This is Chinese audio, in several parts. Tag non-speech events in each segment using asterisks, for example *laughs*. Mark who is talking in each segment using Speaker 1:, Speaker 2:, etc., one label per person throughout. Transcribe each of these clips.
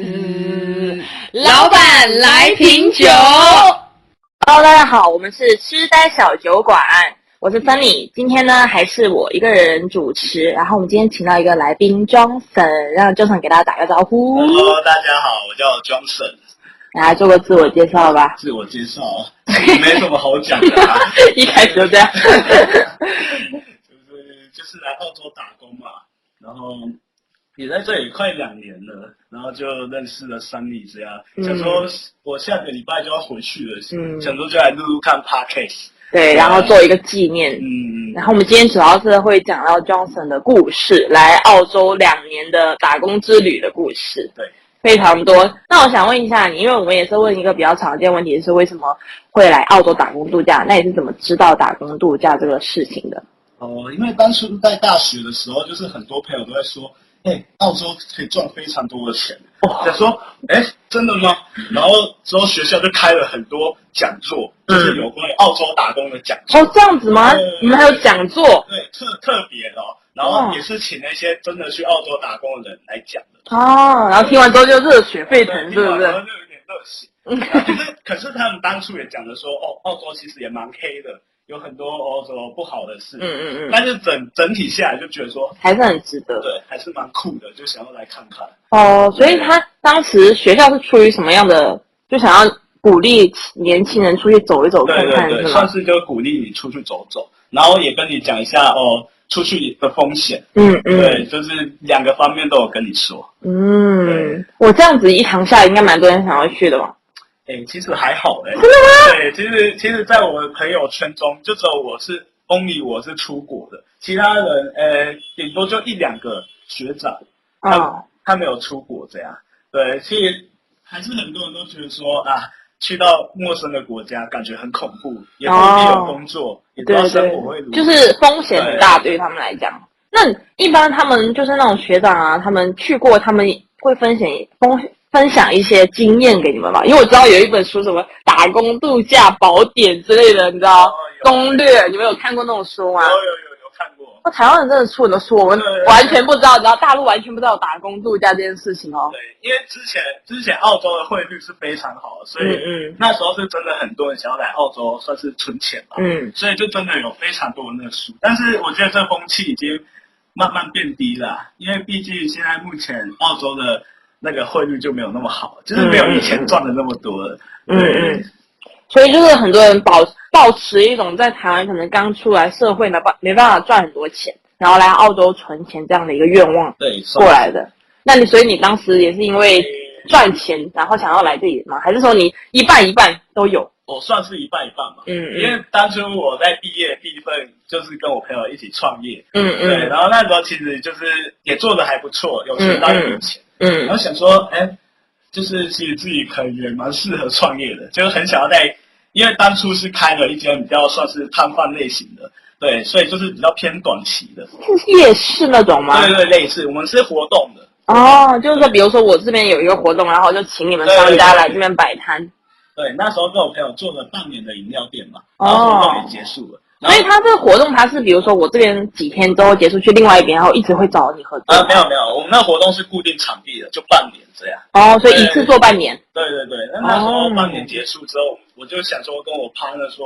Speaker 1: 嗯，
Speaker 2: 老板来瓶酒。
Speaker 1: Hello，大家好，我们是痴呆小酒馆，我是芬妮。今天呢，还是我一个人主持。然后我们今天请到一个来宾 Johnson，让 Johnson 给大家打个招呼，
Speaker 2: 嗯
Speaker 3: Hello，大家好，我叫 Johnson，
Speaker 1: 来做个自我介绍吧。
Speaker 3: 自我介绍，没什么好讲的、啊，
Speaker 1: *laughs* 一开始就这样。
Speaker 3: 就是就是来澳洲打工嘛，然后也在这里快两年了，然后就认识了三里这样，
Speaker 1: 嗯
Speaker 3: 想说我下个礼拜就要回去了，
Speaker 1: 嗯
Speaker 3: 想说就来录录看 podcast，
Speaker 1: 对，
Speaker 2: 啊
Speaker 1: 然后做一个纪念。
Speaker 3: 嗯，
Speaker 1: 然后我们今天主要是会讲到 Johnson 的故事，来澳洲两年的打工之旅的故事。
Speaker 3: 对，
Speaker 1: 非常多。那我想问一下你，因为我们也是问一个比较常见的问题，是为什么会来澳洲打工度假？那你是怎么知道打工度假这个事情的？
Speaker 3: 哦，因为当初在大学的时候，就是很多朋友都在说，哎、澳洲可以赚非常多的钱。想说，哎、真的吗？然后之后学校就开了很多讲座，
Speaker 1: 嗯
Speaker 3: 就是有关于澳洲打工的讲座，
Speaker 1: 哦，这样子吗
Speaker 3: 对？
Speaker 1: 你们还有讲座
Speaker 3: 对，特特别的、哦。然后也是请那些真的去澳洲打工的人来讲的，
Speaker 1: 哦，然后听完之后就热血沸腾，
Speaker 3: 对
Speaker 1: 对不对嗯
Speaker 3: 然？后就有点热血。可是可是他们当初也讲的说，哦，澳洲其实也蛮黑的，有很多澳洲不好的事。
Speaker 1: 嗯嗯嗯，
Speaker 3: 但是整整体下来就觉得说，
Speaker 1: 还是很值得
Speaker 3: 对，还是蛮酷的，就想要来看看。
Speaker 1: 哦。所以他当时学校是出于什么样的？就想要鼓励年轻人出去走一走看
Speaker 3: 对
Speaker 1: 看，
Speaker 3: 对对，
Speaker 1: 是吗
Speaker 3: 算？是就鼓励你出去走走，然后也跟你讲一下哦，出去的风险。
Speaker 1: 嗯嗯。
Speaker 3: 对，就是两个方面都有跟你说。
Speaker 1: 嗯
Speaker 3: 对，
Speaker 1: 我这样子一堂下来，应该蛮多人想要去的吧？
Speaker 3: 哎，其实还好哎。真的吗？对，其实其实，在我的朋友圈中，就只有我是 only 我是出国的，其他人呃，顶多就一两个学长，
Speaker 1: 啊、
Speaker 3: 他没有出国这样。对，其实还是很多人都觉得说啊。去到陌生的国家，感觉很恐怖，也不一定有工作，也不知
Speaker 1: 哦对
Speaker 3: 道生
Speaker 1: 对
Speaker 3: 活会如，何。
Speaker 1: 就是风险很大，对于他们来讲。那一般他们就是那种学长啊，他们去过，他们会分享分分享一些经验给你们吧？因为我知道有一本书什么《打工度假宝典》之类的，你知道、
Speaker 3: 哦有
Speaker 1: 攻略，你们有看过那种书吗？
Speaker 3: 有有有有看过，
Speaker 1: 哦，台湾人真的出很多书，我们
Speaker 3: 对
Speaker 1: 完全不知道，你知道大陆完全不知道有打工度假这件事情哦。
Speaker 3: 对，因为之前之前澳洲的汇率是非常好的，所
Speaker 1: 嗯
Speaker 3: 以
Speaker 1: 嗯
Speaker 3: 那时候是真的很多人想要来澳洲，算是存钱吧，
Speaker 1: 嗯，
Speaker 3: 所以就真的有非常多的那个书，但是我觉得这风气已经慢慢变低了啊，因为毕竟现在目前澳洲的那个汇率就没有那么好，就是没有以前赚的那么多了，
Speaker 1: 嗯
Speaker 3: 对
Speaker 1: 嗯所以就是很多人保保持一种在台湾可能刚出来社会没办没办法赚很多钱，然后来澳洲存钱这样的一个愿望
Speaker 3: 对，
Speaker 1: 过来的。那你所以你当时也是因为赚钱，然后想要来这里吗？还是说你一半一半都有？
Speaker 3: 我算是一半一半吧。
Speaker 1: 嗯
Speaker 3: 因为当初我在毕业第一份就是跟我朋友一起创业，
Speaker 1: 嗯
Speaker 3: 对，
Speaker 1: 嗯
Speaker 3: 然后那时候其实就是也做的还不错，有存到一笔钱，然
Speaker 1: 嗯
Speaker 3: 后想说，哎，就是其实自己可能也蛮适合创业的，就是很想要在，因为当初是开了一间比较算是摊贩类型的，对，所以就是比较偏短期的，
Speaker 1: 嗯，是夜市那种吗？
Speaker 3: 对对，类似我们是活动的，
Speaker 1: 哦，就是说，比如说我这边有一个活动，然后就请你们商家来这边摆摊，
Speaker 3: 对，那时候跟我朋友做了半年的饮料店嘛，
Speaker 1: 哦
Speaker 3: 然后活动也结束了，然
Speaker 1: 所
Speaker 3: 后
Speaker 1: 以他这个活动他是比如说我这边几天之后结束去另外一边，然后一直会找你合作。
Speaker 3: 呃没有没有，我们那活动是固定场地的，就半年这样。
Speaker 1: 哦，所以一次做半年。
Speaker 3: 对对对，那那时候
Speaker 1: 哦
Speaker 3: 半年结束之后，我就想说跟我 partner 说，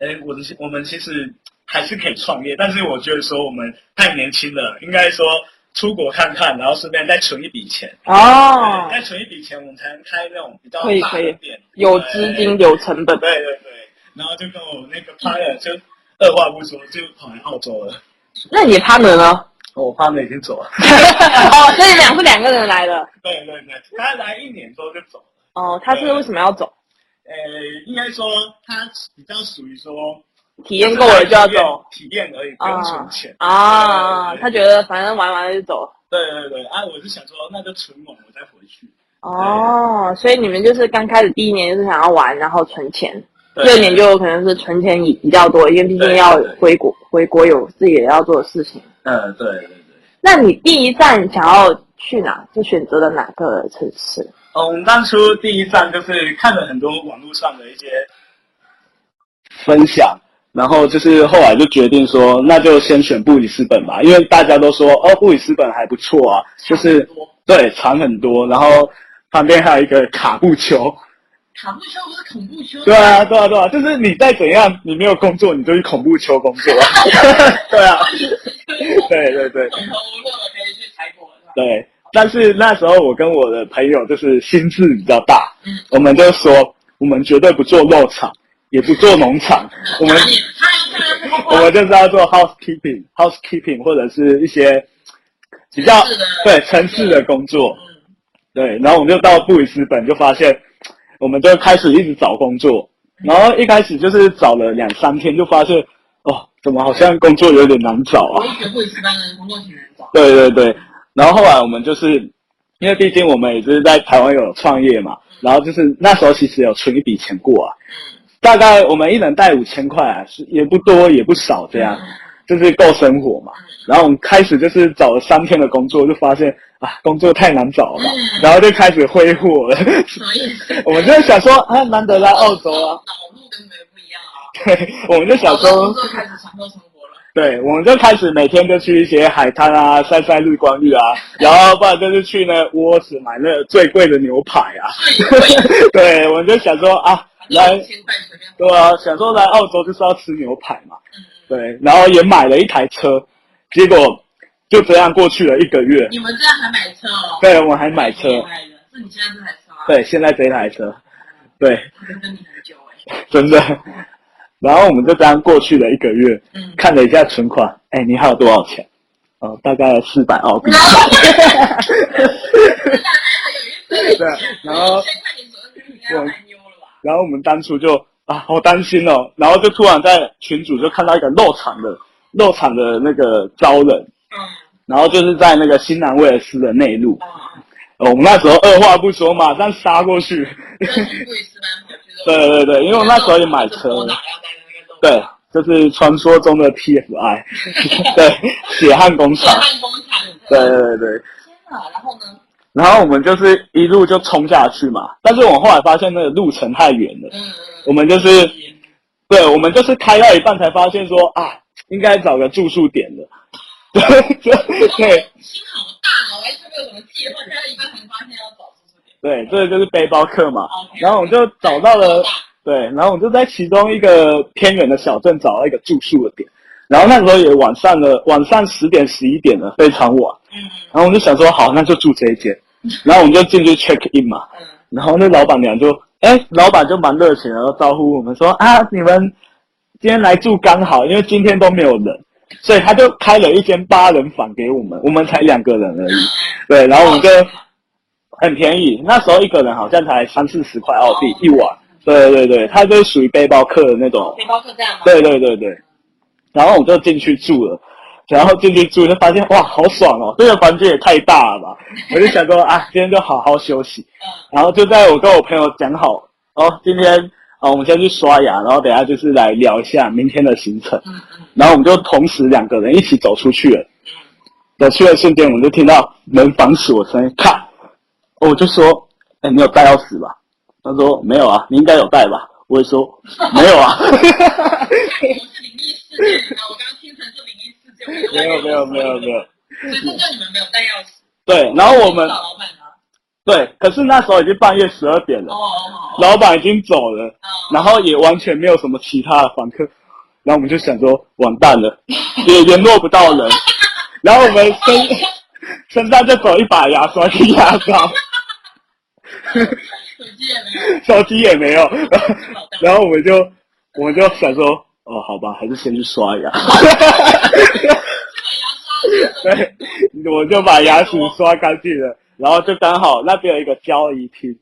Speaker 3: 哎，我的我们其实还是可以创业，但是我觉得说我们太年轻了，应该说出国看看，然后顺便再存一笔钱，
Speaker 1: 哦
Speaker 3: 对，再存一笔钱，我们才能开那种比较
Speaker 1: 可以
Speaker 3: 大
Speaker 1: 可以
Speaker 3: 的店，
Speaker 1: 有资金有成本。
Speaker 3: 对。对对对，然后就跟我那个 partner 就二话不说就跑来澳洲了，
Speaker 1: 那你的 partner
Speaker 3: *laughs*
Speaker 1: 呢？
Speaker 3: 哦我 partner 已经走了，
Speaker 1: 哦，所以两是两个人来的。
Speaker 3: 对对对，他来一年之后就走了。
Speaker 1: 哦，他是为什么要走？
Speaker 3: 呃，应该说他比较属于说
Speaker 1: 体验够了就要走。
Speaker 3: 体验而已，不用
Speaker 1: 啊
Speaker 3: 存钱。
Speaker 1: 啊！他觉得反正玩完了就走。
Speaker 3: 对对对，啊，我是想说，那就存完我再回去。
Speaker 1: 哦，所以你们就是刚开始第一年就是想要玩，然后存钱。
Speaker 3: 对
Speaker 1: 第二年就可能是存钱比比较多，因为毕竟要
Speaker 3: 对对对
Speaker 1: 回国，回国有自己要做的事情。
Speaker 3: 嗯，对对对。
Speaker 1: 那你第一站想要去哪？就选择了哪个城市？
Speaker 3: 哦，我们当初第一站就是看了很多网络上的一些分享，然后就是后来就决定说，那就先选布里斯本吧，因为大家都说哦，布里斯本还不错啊，就是对长很多，然后旁边还有一个卡
Speaker 1: *laughs*
Speaker 3: 布丘。
Speaker 2: 卡布丘不是恐怖丘？
Speaker 3: 对啊，对啊，对啊，就是你再怎样，你没有工作，你就去恐怖丘
Speaker 1: *laughs*
Speaker 3: 工作。 *laughs* 对啊，对对对
Speaker 2: 走投无路了，可以去泰国是吧？
Speaker 3: 对。但是那时候我跟我的朋友就是心智比较大
Speaker 2: 嗯，
Speaker 3: 我们就说我们绝对不做肉 *laughs* 场，也不做农场，我们
Speaker 2: 哪里他他
Speaker 3: 我们就是要做 housekeeping、housekeeping 或者是一些比较
Speaker 2: 城市的
Speaker 3: 对城市的工作。
Speaker 2: 嗯，
Speaker 3: 对，然后我们就到布里斯本，就发现我们就开始一直找工作，然后一开始就是找了两三天，就发现哦，怎么好像工作有点难找
Speaker 2: 我
Speaker 3: 啊？
Speaker 2: 也觉得布里斯班的工作挺难找。
Speaker 3: 对对对，然后后来我们就是因为毕竟我们也是在台湾有创业嘛，然后就是那时候其实有存一笔钱过啊，
Speaker 2: 嗯，
Speaker 3: 大概我们一人带五千块啊，是也不多也不少这样。
Speaker 2: 嗯
Speaker 3: 就是够生活嘛。然后我们开始就是找了三天的工作，就发现啊，工作太难找了吧，
Speaker 2: 嗯
Speaker 3: 然后就开始挥霍了。 *laughs*
Speaker 2: 什么意思？
Speaker 3: 我们就想说，啊，难得来澳洲啊，
Speaker 2: 脑路跟你们不一样啊。
Speaker 3: 对，我们就想
Speaker 2: 找到工
Speaker 3: 说，
Speaker 2: 作开始享受生活了。
Speaker 3: 对，我们就开始每天就去一些海滩啊，晒晒日光浴 *laughs* 啊，然后不然就是去那窝子买那最贵的牛排 *laughs* 啊。对，我们就想说啊，来
Speaker 2: 一，千块随便花。
Speaker 3: 对啊，想说来澳洲就是要吃牛排嘛。
Speaker 2: 嗯嗯。
Speaker 3: 对，然后也买了一台车，结果就这样过去了一个月。
Speaker 2: 你们这样还买车哦？
Speaker 3: 对，我还买车
Speaker 2: 挺厉，害的。是你现在这台车啊？，
Speaker 3: 对，现在这一台车，对，
Speaker 2: 他跟跟你很久哎。
Speaker 3: 真的。然后我们就这样过去了一个月， *laughs*
Speaker 2: 嗯。 *laughs*
Speaker 3: 看了一下存款，哎，你还有多少钱？哦，大概四百澳币。 *laughs* 对，然后
Speaker 2: 现在你左右应该要蛮妞了吧？
Speaker 3: 然后我们当初就啊，好担心哦，然后就突然在群组就看到一个肉场的肉场的那个招人，
Speaker 2: 嗯
Speaker 3: 然后就是在那个新南威尔斯的内陆，
Speaker 2: 嗯
Speaker 3: 呃我们那时候二话不说，马上杀过去。
Speaker 2: 嗯。跟你布里斯班回去的。
Speaker 3: 对对对，因为我那时候也买车，
Speaker 2: 我哪要带那个动物？
Speaker 3: 对，就是传说中的 TFI，对，血汗工
Speaker 2: 血
Speaker 3: 厂，
Speaker 2: 汗工厂。
Speaker 3: 对对对对。
Speaker 2: 天哪！然后呢？
Speaker 3: 然后我们就是一路就冲下去嘛，但是我后来发现那个路程太远了，
Speaker 2: 嗯嗯。
Speaker 3: 我们就是对，我们就是开到一半才发现说啊，应该找个住宿点的， *laughs* 对对对
Speaker 2: 心好大哦，完全没有什么计划，开到一半才发现要找出这点。
Speaker 3: 对，这就是背包客嘛。
Speaker 2: OK。
Speaker 3: 然后我们就找到了
Speaker 2: 大。
Speaker 3: 对，然后我们就在其中一个偏远的小镇找到一个住宿的点，然后那时候也晚上了，晚上十点十一点了，非常晚。
Speaker 2: 嗯
Speaker 3: 然后我们就想说，好，那就住这一间。然后我们就进去 check in 嘛，
Speaker 2: 嗯。
Speaker 3: 然后那老板娘就，哎，老板就蛮热情的，招呼我们说啊，你们今天来住刚好，因为今天都没有人，所以他就开了一间八人房给我们，我们才两个人而已。对，然后我们就很便宜，那时候一个人好像才三四十块澳币一晚。对对对，它就是属于背包客的那种。
Speaker 2: 背包客栈吗？
Speaker 3: 对对对对，然后我就进去住了，然后进去住就发现哇，好爽哦！这个房间也太大了吧！我就想说啊，今天就好好休息。
Speaker 2: 嗯，
Speaker 3: 然后就在我跟我朋友讲好，哦，今天啊、我们先去刷牙，然后等一下就是来聊一下明天的行程。
Speaker 2: 嗯嗯
Speaker 3: 然后我们就同时两个人一起走出去了。走出去的瞬间，我们就听到门反锁声音，咔！哦我就说：“哎、你有带钥匙吧？”他说：“没有啊，你应该有带吧？”我也说：“ *laughs* 没有啊。
Speaker 2: 嗯，我是灵异事件啊！我刚刚听成是灵异事件，我以
Speaker 3: 没”有，
Speaker 2: 为
Speaker 3: 没有，没有，没有。
Speaker 2: 所以这就你们没有带钥匙。
Speaker 3: 对，然后哦我们
Speaker 2: 找老板啊。
Speaker 3: 对，可是那时候已经半夜十二点
Speaker 2: 哦
Speaker 3: 了，
Speaker 2: 哦哦。
Speaker 3: 老板已经走了，然
Speaker 2: 后
Speaker 3: 后也完全没有什么其他的房客，然后我们就想说，完蛋了，也联络不到人，然后我们
Speaker 2: 哦
Speaker 3: 身身上就走一把牙刷去牙膏，
Speaker 2: 手机也没有，
Speaker 3: 手机也没有，然后
Speaker 2: 老大。
Speaker 3: 然后我们就我们就想说，哦，好吧，还是先去刷牙，对，我就把牙齿刷干净了，然后就刚好那边有一个交易厅，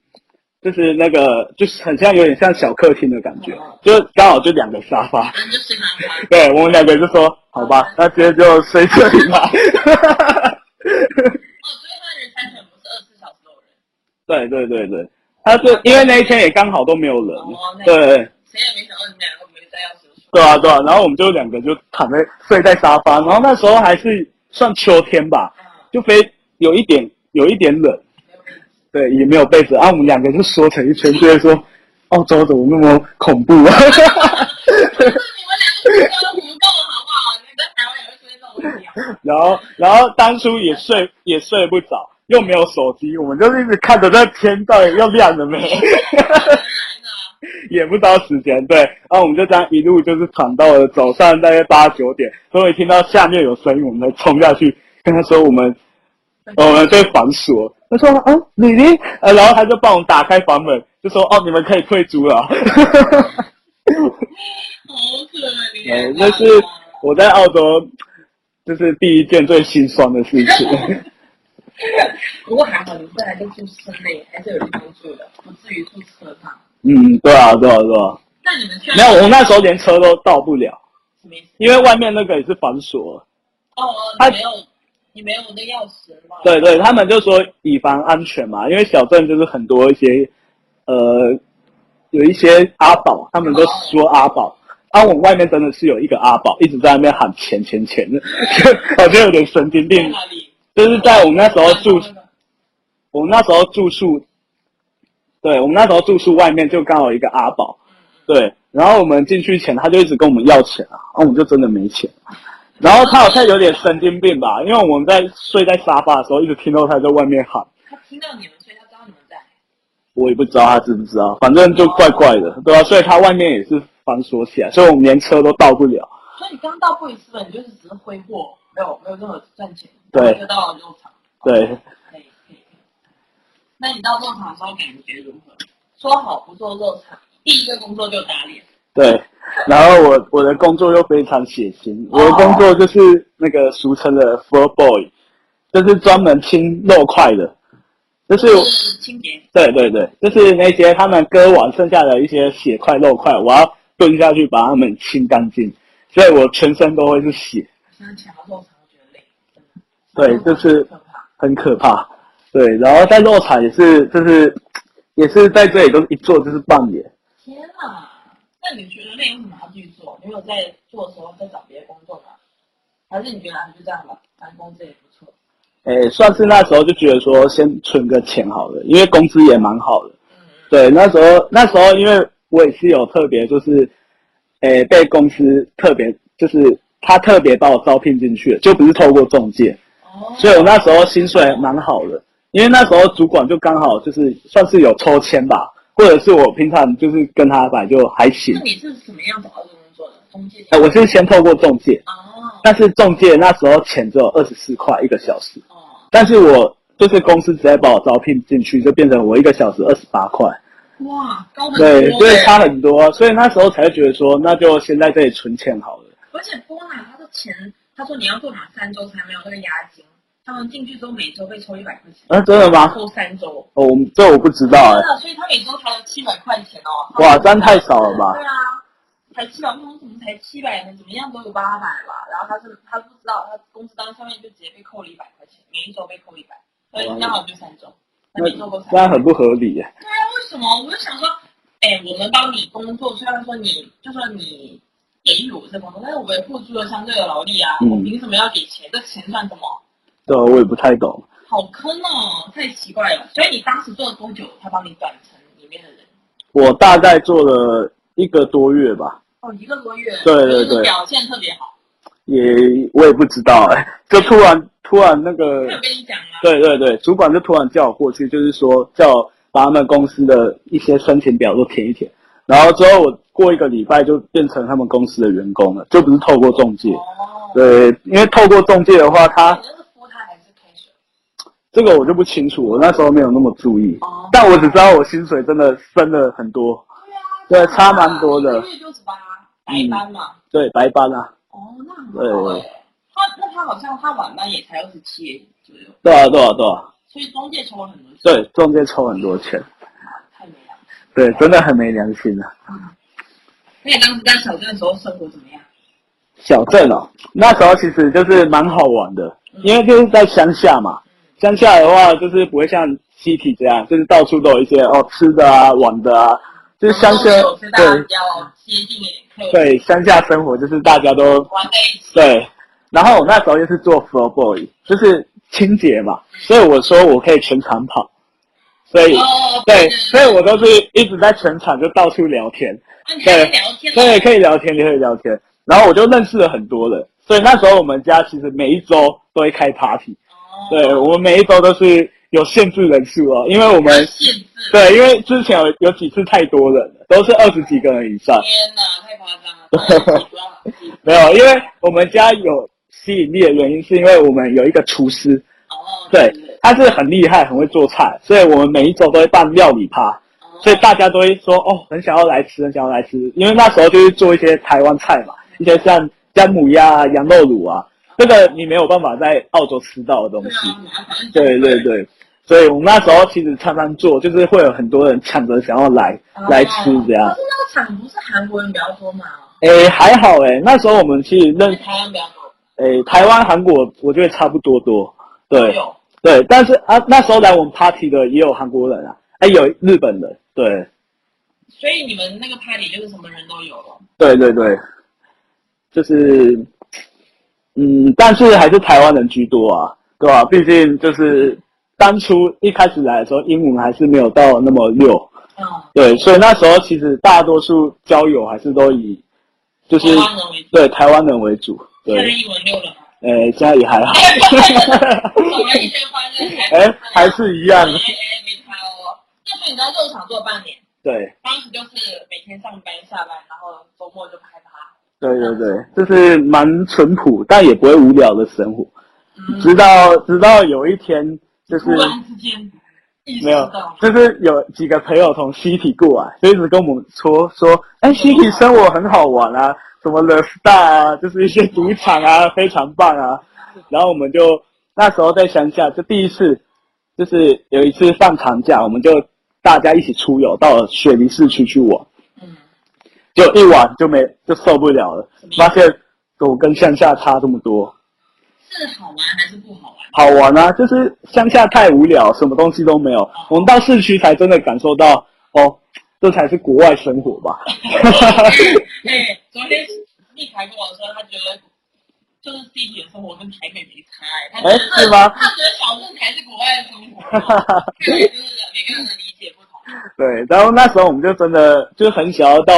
Speaker 3: 就是那个就是很像有点像小客厅的感觉，就刚好就两个沙发，
Speaker 2: 咱就先拿它。
Speaker 3: *laughs* 对我们两个就说好吧，那今天就睡这里吧。
Speaker 2: 哦，所以他人餐城不是二十四小时有人，
Speaker 3: *laughs* 对对对对，他就因为那一天也刚好都没有人
Speaker 2: 哦，那
Speaker 3: 对
Speaker 2: 谁也没想到你们两个没带钥匙出
Speaker 3: 对啊对啊，然后我们就两个就躺在睡在沙发，然后那时候还是算秋天吧，
Speaker 2: 啊，
Speaker 3: 就非有一点有一点冷，
Speaker 2: 没有人。
Speaker 3: 对，也没有被子，然、后我们两个就缩成一圈，就会说澳洲怎么那么恐怖啊？ *laughs*
Speaker 2: 你们两个都不够好不好？你在台湾也会出现这种问题啊？
Speaker 3: 然后然后当初也睡也睡不着，又没有手机，我们就是一直看着那天到底要亮了没， *laughs* 也不知道时间。对，然后我们就这样一路就是躺到了早上大概八九点，终于听到下面有声音，我们才冲下去跟他说我们我们被反锁。他说啊，李玲，呃，然后他就帮我们打开房门，就说哦，你们可以退租了。 *laughs*
Speaker 2: 好可
Speaker 3: 嗯
Speaker 2: 怜，
Speaker 3: 那是我在澳洲，就是第一件最心酸的事情。 *laughs*
Speaker 2: 不过还好你本来就住室内，还是有地方住的，不至于住车上。
Speaker 3: 嗯，对啊，对啊，对啊。
Speaker 2: 那你们去
Speaker 3: 没有，我那时候连车都到不了，
Speaker 2: 什么意思？
Speaker 3: 因为外面那个也是反锁。
Speaker 2: 哦，你没有，你没有那钥匙吗？
Speaker 3: 对对，他们就说以防安全嘛，因为小镇就是很多一些，呃，有一些阿宝，他们都说阿宝。啊，我外面真的是有一个阿宝，一直在那边喊钱钱钱， *laughs* 我觉得有点神经
Speaker 2: 在
Speaker 3: 病。
Speaker 2: 哪里？
Speaker 3: 就是在我们那时候住
Speaker 2: 那个
Speaker 3: 我们那时候住宿，对我们那时候住宿外面就刚好有一个阿宝，对，然后我们进去前他就一直跟我们要钱啊，然后我们就真的没钱，然后他好像有点神经病吧，因为我们在睡在沙发的时候一直听到他在外面喊，
Speaker 2: 他听到你们，所以他知道你们在。
Speaker 3: 我也不知道他知不知道，反正就怪怪的，对啊，所以他外面也是反锁起来，所以我们连车都到不了，
Speaker 2: 所以你刚到布里斯本，你就是只是挥霍，没有没有任何赚钱，
Speaker 3: 对
Speaker 2: 就到了肉场。
Speaker 3: 对，
Speaker 2: 可以可以。那你到肉场的时候感觉如何？说好不做肉场，第一个工作就打脸。
Speaker 3: 对，然后我我的工作又非常血腥，我的工作就是那个俗称的 fur boy，就是专门清肉块的，就是
Speaker 2: 就是清洁，
Speaker 3: 对对对，就是那些他们割完剩下的一些血块肉块，我要蹲下去把它们清干净，所以我全身都会是血，
Speaker 2: 现在想到肉场就觉得累，真的。
Speaker 3: 对就是
Speaker 2: 可怕。
Speaker 3: 很可怕。对，然后在肉场也是，就是也是在这里都是一坐就是半年。
Speaker 2: 天啊！那你觉得累为什么还要继续做？你有在做的时候再找别的工作吗？还是你觉得还是就这样吧，反正工资也不错。
Speaker 3: 诶，算是那时候就觉得说先存个钱好了，因为工资也蛮好的。
Speaker 2: 嗯，
Speaker 3: 对，那时候那时候因为我也是有特别就是，诶、被公司特别就是他特别把我招聘进去，就不是透过中介，
Speaker 2: 哦，
Speaker 3: 嗯所以我那时候薪水蛮好的，因为那时候主管就刚好就是算是有抽签吧，或者是我平常就是跟他摆就还行
Speaker 2: 那。你是什么样找到这个工作的？中介？
Speaker 3: 哎、我是先透过中介，
Speaker 2: 哦
Speaker 3: 但是中介那时候钱只有二十四块一个小时，
Speaker 2: 哦，
Speaker 3: 但是我就是公司直接把我招聘进去，就变成我一个小时二十八块。
Speaker 2: 哇，高 *laughs* 很多
Speaker 3: 对，所以
Speaker 2: 欸
Speaker 3: 差很多，所以那时候才会觉得说，那就先在这里存钱好了。
Speaker 2: 而且波兰他的钱，他说你要做满三周才没有那个押金，他们进去之后每周被抽一百块钱，
Speaker 3: 啊，真的吗？
Speaker 2: 扣三周。
Speaker 3: 哦，我们这我不知道哎、
Speaker 2: 真的，所以他每周才有七百块钱哦。
Speaker 3: 哇，这样太少了吧？
Speaker 2: 对啊，才七百，不通怎么才七百呢？怎么样都有八百吧。然后他是他不知道，他工资单上面就直接被扣了一百块钱，每一周被扣一百，所以刚好就三周，他
Speaker 3: 哦那
Speaker 2: 没做过三
Speaker 3: 这
Speaker 2: 周。
Speaker 3: 样很不合理耶、
Speaker 2: 对啊，为什么？我就想说，哎，我们帮你工作，虽然说你就说你给予我这工作，但是我也付出了相对的劳力啊，
Speaker 3: 嗯
Speaker 2: 我凭什么要给钱？这钱算什么？
Speaker 3: 对，我也不太懂。
Speaker 2: 好坑哦，太奇怪了。所以你当时做了多久，他帮你转成里面的人？
Speaker 3: 我大概做了一个多月吧，
Speaker 2: 哦，一个多月，
Speaker 3: 对对
Speaker 2: 就是
Speaker 3: 对
Speaker 2: 表现特别好。
Speaker 3: 也我也不知道哎、就突然突然那
Speaker 2: 他
Speaker 3: 个，
Speaker 2: 有跟你讲吗？
Speaker 3: 对对对，主管就突然叫我过去，就是说叫我把他们公司的一些申请表都填一填，然后之后我过一个礼拜就变成他们公司的员工了，就不是透过中介。
Speaker 2: 哦，
Speaker 3: 对，因为透过中介的话，他
Speaker 2: 你那个夫他还是开始
Speaker 3: 这个我就不清楚，我那时候没有那么注意，
Speaker 2: 哦，
Speaker 3: 但我只知道我薪水真的升了很多，
Speaker 2: 对啊，
Speaker 3: 对差蛮多的
Speaker 2: 一个月就十八，白班嘛。
Speaker 3: 对，白班啊，
Speaker 2: 哦，那很好哎。他那他好像他晚班也才二十七左右。
Speaker 3: 对啊，对啊，对啊，
Speaker 2: 所以中介抽了很多钱，
Speaker 3: 对，中介抽很多钱，
Speaker 2: 太没良心。
Speaker 3: 对，真的很没良心啊。
Speaker 2: 那你当时在小镇的时候生活怎么样？
Speaker 3: 小镇哦，那时候其实就是蛮好玩的，因为就是在乡下嘛，乡下的话就是不会像 city 这样，就是到处都有一些哦吃的啊、玩的啊，就是乡下
Speaker 2: 我觉得大家
Speaker 3: 对
Speaker 2: 比较接近也可以
Speaker 3: 对乡下生活就是大家都
Speaker 2: 玩在一起。
Speaker 3: 对，然后我那时候又是做 floor boy，就是清洁嘛，所以我说我可以全场跑，所以、
Speaker 2: 哦，
Speaker 3: 对，所以我都是一直在全场就到处聊天，
Speaker 2: 那你还在聊天
Speaker 3: 所以
Speaker 2: 了，
Speaker 3: 可以聊天，可以聊天，然后我就认识了很多人，所以那时候我们家其实每一周都会开 party，
Speaker 2: 哦，
Speaker 3: 对我们每一周都是有限制人数哦，因为我们
Speaker 2: 限制，
Speaker 3: 对，因为之前有有几次太多人了，都是二十几个人以上。
Speaker 2: 天哪，太夸张
Speaker 3: *laughs*
Speaker 2: 了，哦不要
Speaker 3: 没有，因为我们家有吸引力的原因，是因为我们有一个厨师，
Speaker 2: 哦，
Speaker 3: 对
Speaker 2: 对，
Speaker 3: 他是很厉害，很会做菜，所以我们每一周都会办料理趴，
Speaker 2: 哦
Speaker 3: 所以大家都会说哦，很想要来吃，很想要来吃，因为那时候就是做一些台湾菜嘛，一些像姜母鸭啊、羊肉卤啊，这个你没有办法在澳洲吃到的东
Speaker 2: 对
Speaker 3: 西。
Speaker 2: 啊，麻烦，
Speaker 3: 对对对，所以我们那时候其实常常做，就是会有很多人抢着想要来
Speaker 2: 哦
Speaker 3: 来吃这样
Speaker 2: 可。是那个场不是韩国人比较多嘛，
Speaker 3: 诶，还好诶，那时候我们其实认
Speaker 2: 是台湾比较多，
Speaker 3: 诶，台湾、韩国我觉得差不多多，
Speaker 2: 都
Speaker 3: 对
Speaker 2: 有，
Speaker 3: 对，但是啊，那时候来我们 party 的也有韩国人啊，哎，有日本人，对
Speaker 2: 所以你们那个派里就是什么人都有了。
Speaker 3: 对对对，就是，嗯，但是还是台湾人居多啊，对吧、毕竟就是当初一开始来的时候，英文还是没有到那么溜，
Speaker 2: 嗯，
Speaker 3: 对，所以那时候其实大多数交友还是都以就是
Speaker 2: 台湾人为主。
Speaker 3: 对台湾人为主，
Speaker 2: 现在
Speaker 3: 对，
Speaker 2: 英文六
Speaker 3: *laughs*
Speaker 2: 了吗？
Speaker 3: 呃，现在也还
Speaker 2: *laughs*
Speaker 3: 好，
Speaker 2: 走了一圈发现还
Speaker 3: 哎，还是一样
Speaker 2: 哎，哎没差哦。那所以你在肉场做半年，
Speaker 3: 对。
Speaker 2: 当时就是每天上班下班，然后周末就拍趴。
Speaker 3: 对对对，就是蛮淳朴，但也不会无聊的生活。
Speaker 2: 嗯，
Speaker 3: 直到直到有一天，就是
Speaker 2: 突然之间意识
Speaker 3: *laughs* 没有
Speaker 2: 到，，
Speaker 3: 就是有几个朋友从西体过来，就一直跟我们说说，哎，西体生活很好玩啊，什么 The Star 啊，就是一些赌场啊，非常棒啊。然后我们就那时候在乡下，就第一次，就是有一次放长假，我们就大家一起出游到雪梨市区去玩。
Speaker 2: 嗯，
Speaker 3: 就一晚就没就受不了了，发现我跟乡下差这么多，
Speaker 2: 是好玩还是不好玩？
Speaker 3: 好玩啊！就是乡下太无聊，什么东西都没有。我们到市区才真的感受到，哦，这才是国外生活吧？
Speaker 2: 哎，昨天丽凯跟我说，他觉得就是地铁生活跟台北没差、哎，他觉
Speaker 3: 哎，
Speaker 2: 得、
Speaker 3: 是吗？
Speaker 2: 他觉得小镇才是国外的生活，看来就是每个人的理解不同。
Speaker 3: 对。然后那时候我们就真的就很想要到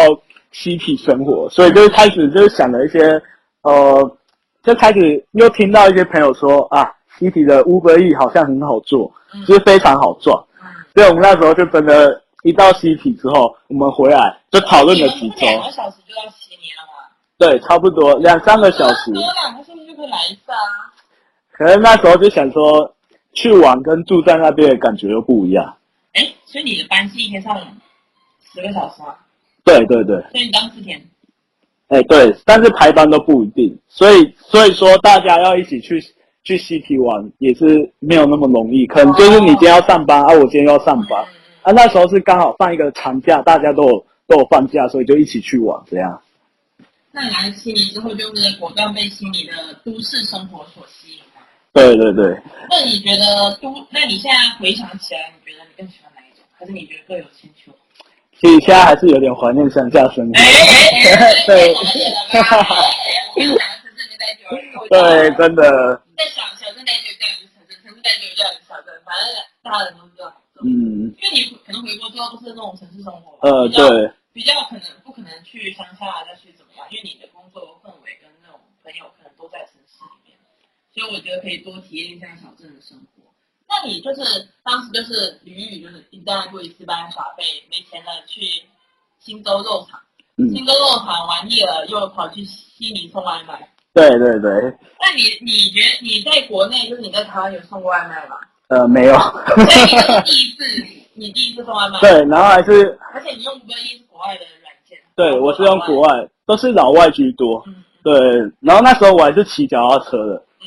Speaker 3: 西体生活，所以就开始就想了一些，呃，就开始又听到一些朋友说啊，西体的 Uber E 好像很好做，就是非常好赚。
Speaker 2: 嗯，
Speaker 3: 所以我们那时候就真的，一到西体之后，我们回来就讨论了几周，
Speaker 2: 两个小时就到悉尼了嘛？
Speaker 3: 对，差不多两三个小时
Speaker 2: 多。两个是不是就可以来一次啊？
Speaker 3: 可能那时候就想说，去玩跟住在那边的感觉又不一样。
Speaker 2: 哎，所以你的班是一天上十个小时吗？
Speaker 3: 对对对，
Speaker 2: 所以你当四天。
Speaker 3: 哎对，但是排班都不一定，所以所以说大家要一起去去西体玩也是没有那么容易，可能就是你今天要上班啊，我今天又要上班
Speaker 2: 嗯
Speaker 3: 啊，那时候是刚好放一个长假，大家都有都有放假，所以就一起去玩这样。
Speaker 2: 那来悉尼之后，就是果断被悉尼的都市生活所吸引嘛？
Speaker 3: 对对对。
Speaker 2: 那你觉得都？那你现在回想起来，你觉得你更喜欢哪一种？还是你觉得各有千秋？
Speaker 3: 所以现在还是有点怀念乡下生活。
Speaker 2: 对
Speaker 3: 对，对，
Speaker 2: 对
Speaker 3: 真的，
Speaker 2: 在小小镇待久，叫你小镇；城市待久，叫你小镇。反正大人都知道，
Speaker 3: 嗯，
Speaker 2: 因为你可能回国之后都是那种城市生活，
Speaker 3: 呃，
Speaker 2: 比较，
Speaker 3: 对，
Speaker 2: 比较可能不可能去乡下再去怎么样，因为你的工作氛围跟那种朋友可能都在城市里面，所以我觉得可以多体验一下小镇的生活。那你就是当时就是屡屡就是你当然过一次班耍费没钱了去新州肉场，
Speaker 3: 嗯
Speaker 2: 新州肉场玩腻了又跑去悉尼送外卖。
Speaker 3: 对对对，
Speaker 2: 那你你觉得你在国内就是你在台湾有送过外卖吗？ *laughs*
Speaker 3: 呃，没有，
Speaker 2: 所以你这是第一次，你第一次送外卖，
Speaker 3: 对，然后还是
Speaker 2: 而且你用 Uber Eats 国外的软件，
Speaker 3: 对我是用国外，都是老外居多，
Speaker 2: 嗯
Speaker 3: 对，然后那时候我还是骑脚踏车的，
Speaker 2: 嗯，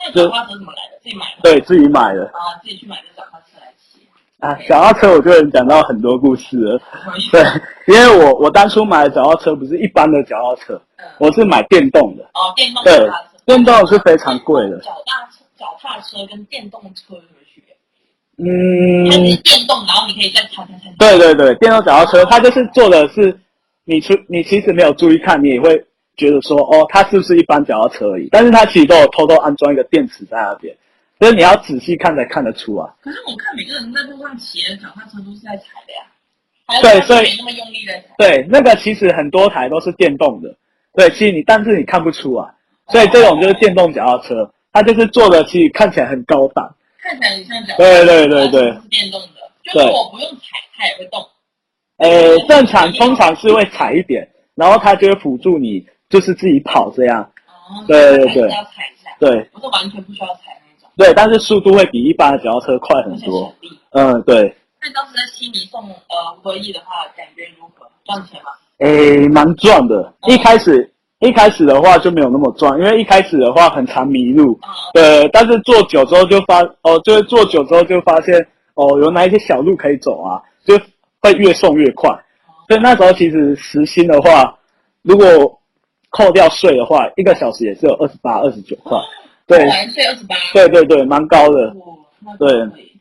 Speaker 2: 那转化车怎么来的？自己买的？
Speaker 3: 对自己买的
Speaker 2: 啊，自己去买的转化车来骑，
Speaker 3: 啊，脚踏车我就能讲到很多故事了，
Speaker 2: 什么意思
Speaker 3: 对？，因为我我当初买的脚踏车不是一般的脚踏车，
Speaker 2: 嗯，
Speaker 3: 我是买电动的，
Speaker 2: 哦，电动
Speaker 3: 对
Speaker 2: 脚踏车，
Speaker 3: 电动是非常贵的，
Speaker 2: 脚踏车脚踏车跟电动车有什么区别？它
Speaker 3: 嗯
Speaker 2: 是，电动，然后你可以再踩踩踩。
Speaker 3: 对对对，电动脚踏车它就是做的是，你出你其实没有注意看，你也会觉得说哦，它是不是一般脚踏车而已？但是它其实都有偷偷安装一个电池在那边，所以你要仔细看才看得出来。
Speaker 2: 可是我看每个人在路上骑的脚踏车都是在踩的呀，还有
Speaker 3: 对
Speaker 2: 他们
Speaker 3: 所以
Speaker 2: 没那么用力的踩。
Speaker 3: 对，那个其实很多啊台都是电动的，对，其实你但是你看不出来，所以这种就是电动脚踏车，它就是做的其实看起来很高档。
Speaker 2: 看起来很像脚踏车，
Speaker 3: 对对对对
Speaker 2: 它是电动的，就是我不用踩它也会动。
Speaker 3: 呃，正常通常是会踩一点，然后它就会辅助你，就是自己跑这样。
Speaker 2: 哦，
Speaker 3: 对对
Speaker 2: 还是
Speaker 3: 对
Speaker 2: 要踩一下，
Speaker 3: 对
Speaker 2: 我是完全不需要踩那种，
Speaker 3: 对，但是速度会比一般的脚踏车快很
Speaker 2: 而且
Speaker 3: 多
Speaker 2: 手。臂。
Speaker 3: 嗯，对，
Speaker 2: 那当时在悉尼送呃吴伯义的话，感觉如何？赚钱吗？
Speaker 3: 诶，蛮赚的。一开始一开始的话就没有那么赚，因为一开始的话很常迷路。
Speaker 2: 啊、
Speaker 3: 对，呃但是做久之后就发哦，就是做久之后就发现哦，有哪一些小路可以走啊，就会越送越快。所以那时候其实时薪的话，如果扣掉税的话，一个小时也是有二十八、二十九块。对，
Speaker 2: 来岁二十八，
Speaker 3: 对对对，蛮高的。
Speaker 2: 哇，那
Speaker 3: 对
Speaker 2: 可以。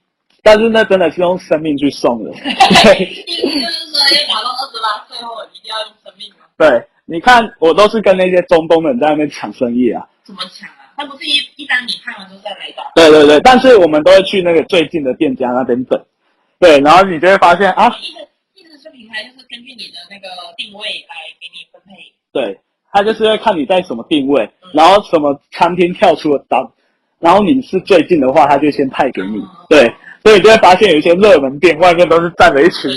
Speaker 3: 但是那真的是用生命去送的。对
Speaker 2: 意思就是说，要打到二十八岁后，一定要用生命吗？
Speaker 3: 对，你看我都是跟那些中东人在那边抢生意啊。
Speaker 2: 怎么抢啊？他不是一一般你看完之后再来打，
Speaker 3: 对对对，但是我们都会去那个最近的店家那边等。对，然后你就会发现啊，
Speaker 2: 意思意思是品牌就是根据你的那个定位来给你分配。
Speaker 3: 对，他就是会看你在什么定位，然后什么餐厅跳出的单，然后你是最近的话，他就先派给你。对，所以你就会发现有一些热门店外面都是站着一群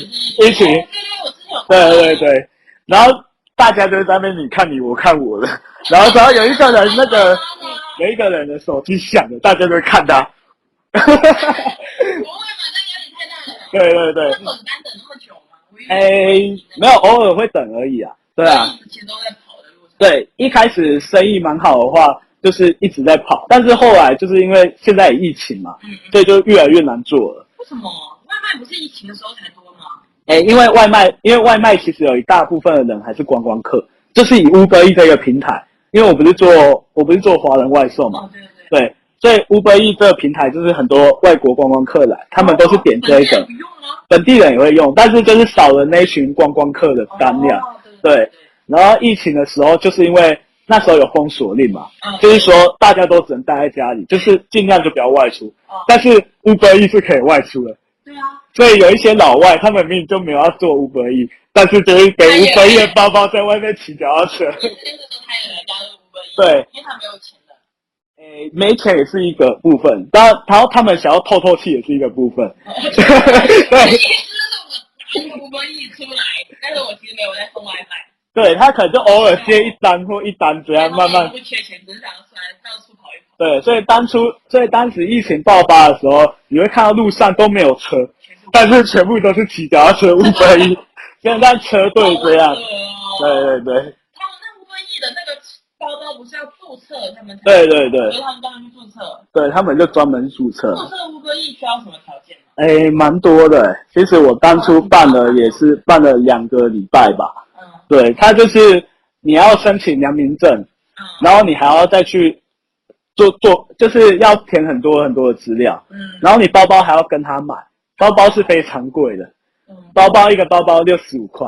Speaker 3: 一群，
Speaker 2: 对对，我之前有看
Speaker 3: 对
Speaker 2: 到
Speaker 3: 对，对，然后大家就在那边你看你我看我的， *laughs* 然后只要有一个人那个有一个人的手机响了，大家就会看他。 *laughs*
Speaker 2: 不会嘛？那压力太大了。
Speaker 3: 对对对
Speaker 2: 那，等单等那么久吗？我以为
Speaker 3: 哎、没有，偶尔会等而已啊。对啊，
Speaker 2: 以前都在跑的路上。
Speaker 3: 对，一开始生意蛮好的话，就是一直在跑，但是后来就是因为现在也疫情嘛，
Speaker 2: 嗯，
Speaker 3: 所以就越来越难做了。
Speaker 2: 为什么外卖不是疫情的时候才多吗？
Speaker 3: 哎，因为外卖，因为外卖其实有一大部分的人还是观光客，就是以 Uber E 这个平台，因为我不是做我不是做华人外送嘛，
Speaker 2: 哦，对对对，
Speaker 3: 对，所以 Uber E 这个平台就是很多外国观光客来，他们都是点这
Speaker 2: 本地人
Speaker 3: 个，
Speaker 2: 哦不用吗？
Speaker 3: 本地人也会用，但是就是少了那群观光客的单量。
Speaker 2: 哦，对对对，
Speaker 3: 然后疫情的时候，就是因为那时候有封锁令嘛，
Speaker 2: 嗯
Speaker 3: 就是说大家都只能待在家里，就是尽量就不要外出
Speaker 2: 哦。
Speaker 3: 但是 Uber E 是可以外出的，
Speaker 2: 对啊，
Speaker 3: 所以有一些老外他们明明就没有要做 Uber E，但是就是给
Speaker 2: 哎呀
Speaker 3: Uber E 的包包在外面骑脚踏车。
Speaker 2: 那个时候他也来加入五本一，
Speaker 3: 对，
Speaker 2: 因为他没有钱的。
Speaker 3: 诶，没钱也哎是一个部分，当然，然后他们想要透透气也是一个部分。 *laughs* 对
Speaker 2: *laughs* 意思是我拿五本一出来，但是我其实没有在送外卖，
Speaker 3: 对，他可能就偶尔接一单或一单，这样啊慢慢
Speaker 2: 不缺钱，只是想要出来到处跑一跑，
Speaker 3: 对，所以当初，所以当时疫情爆发的时候，你会看到路上都没有车，但是全部都是骑脚踏车、五百一， *laughs* 现在车队这样。啊
Speaker 2: 对，
Speaker 3: 对对对
Speaker 2: 他们那五本一的那个包包不是要注册他们才？
Speaker 3: 对对对
Speaker 2: 所以他们当然去注册。
Speaker 3: 对，他们就专门注册，
Speaker 2: 注册五本一需要什么条件吗？
Speaker 3: 哎，蛮多的。其实我当初办了也是办了两个礼拜吧。
Speaker 2: 嗯
Speaker 3: 对，他就是你要申请良民证，
Speaker 2: 嗯
Speaker 3: 然后你还要再去做做，就是要填很多很多的资料，
Speaker 2: 嗯
Speaker 3: 然后你包包还要跟他买，包包是非常贵的。
Speaker 2: 嗯，
Speaker 3: 包包一个包包六十五块，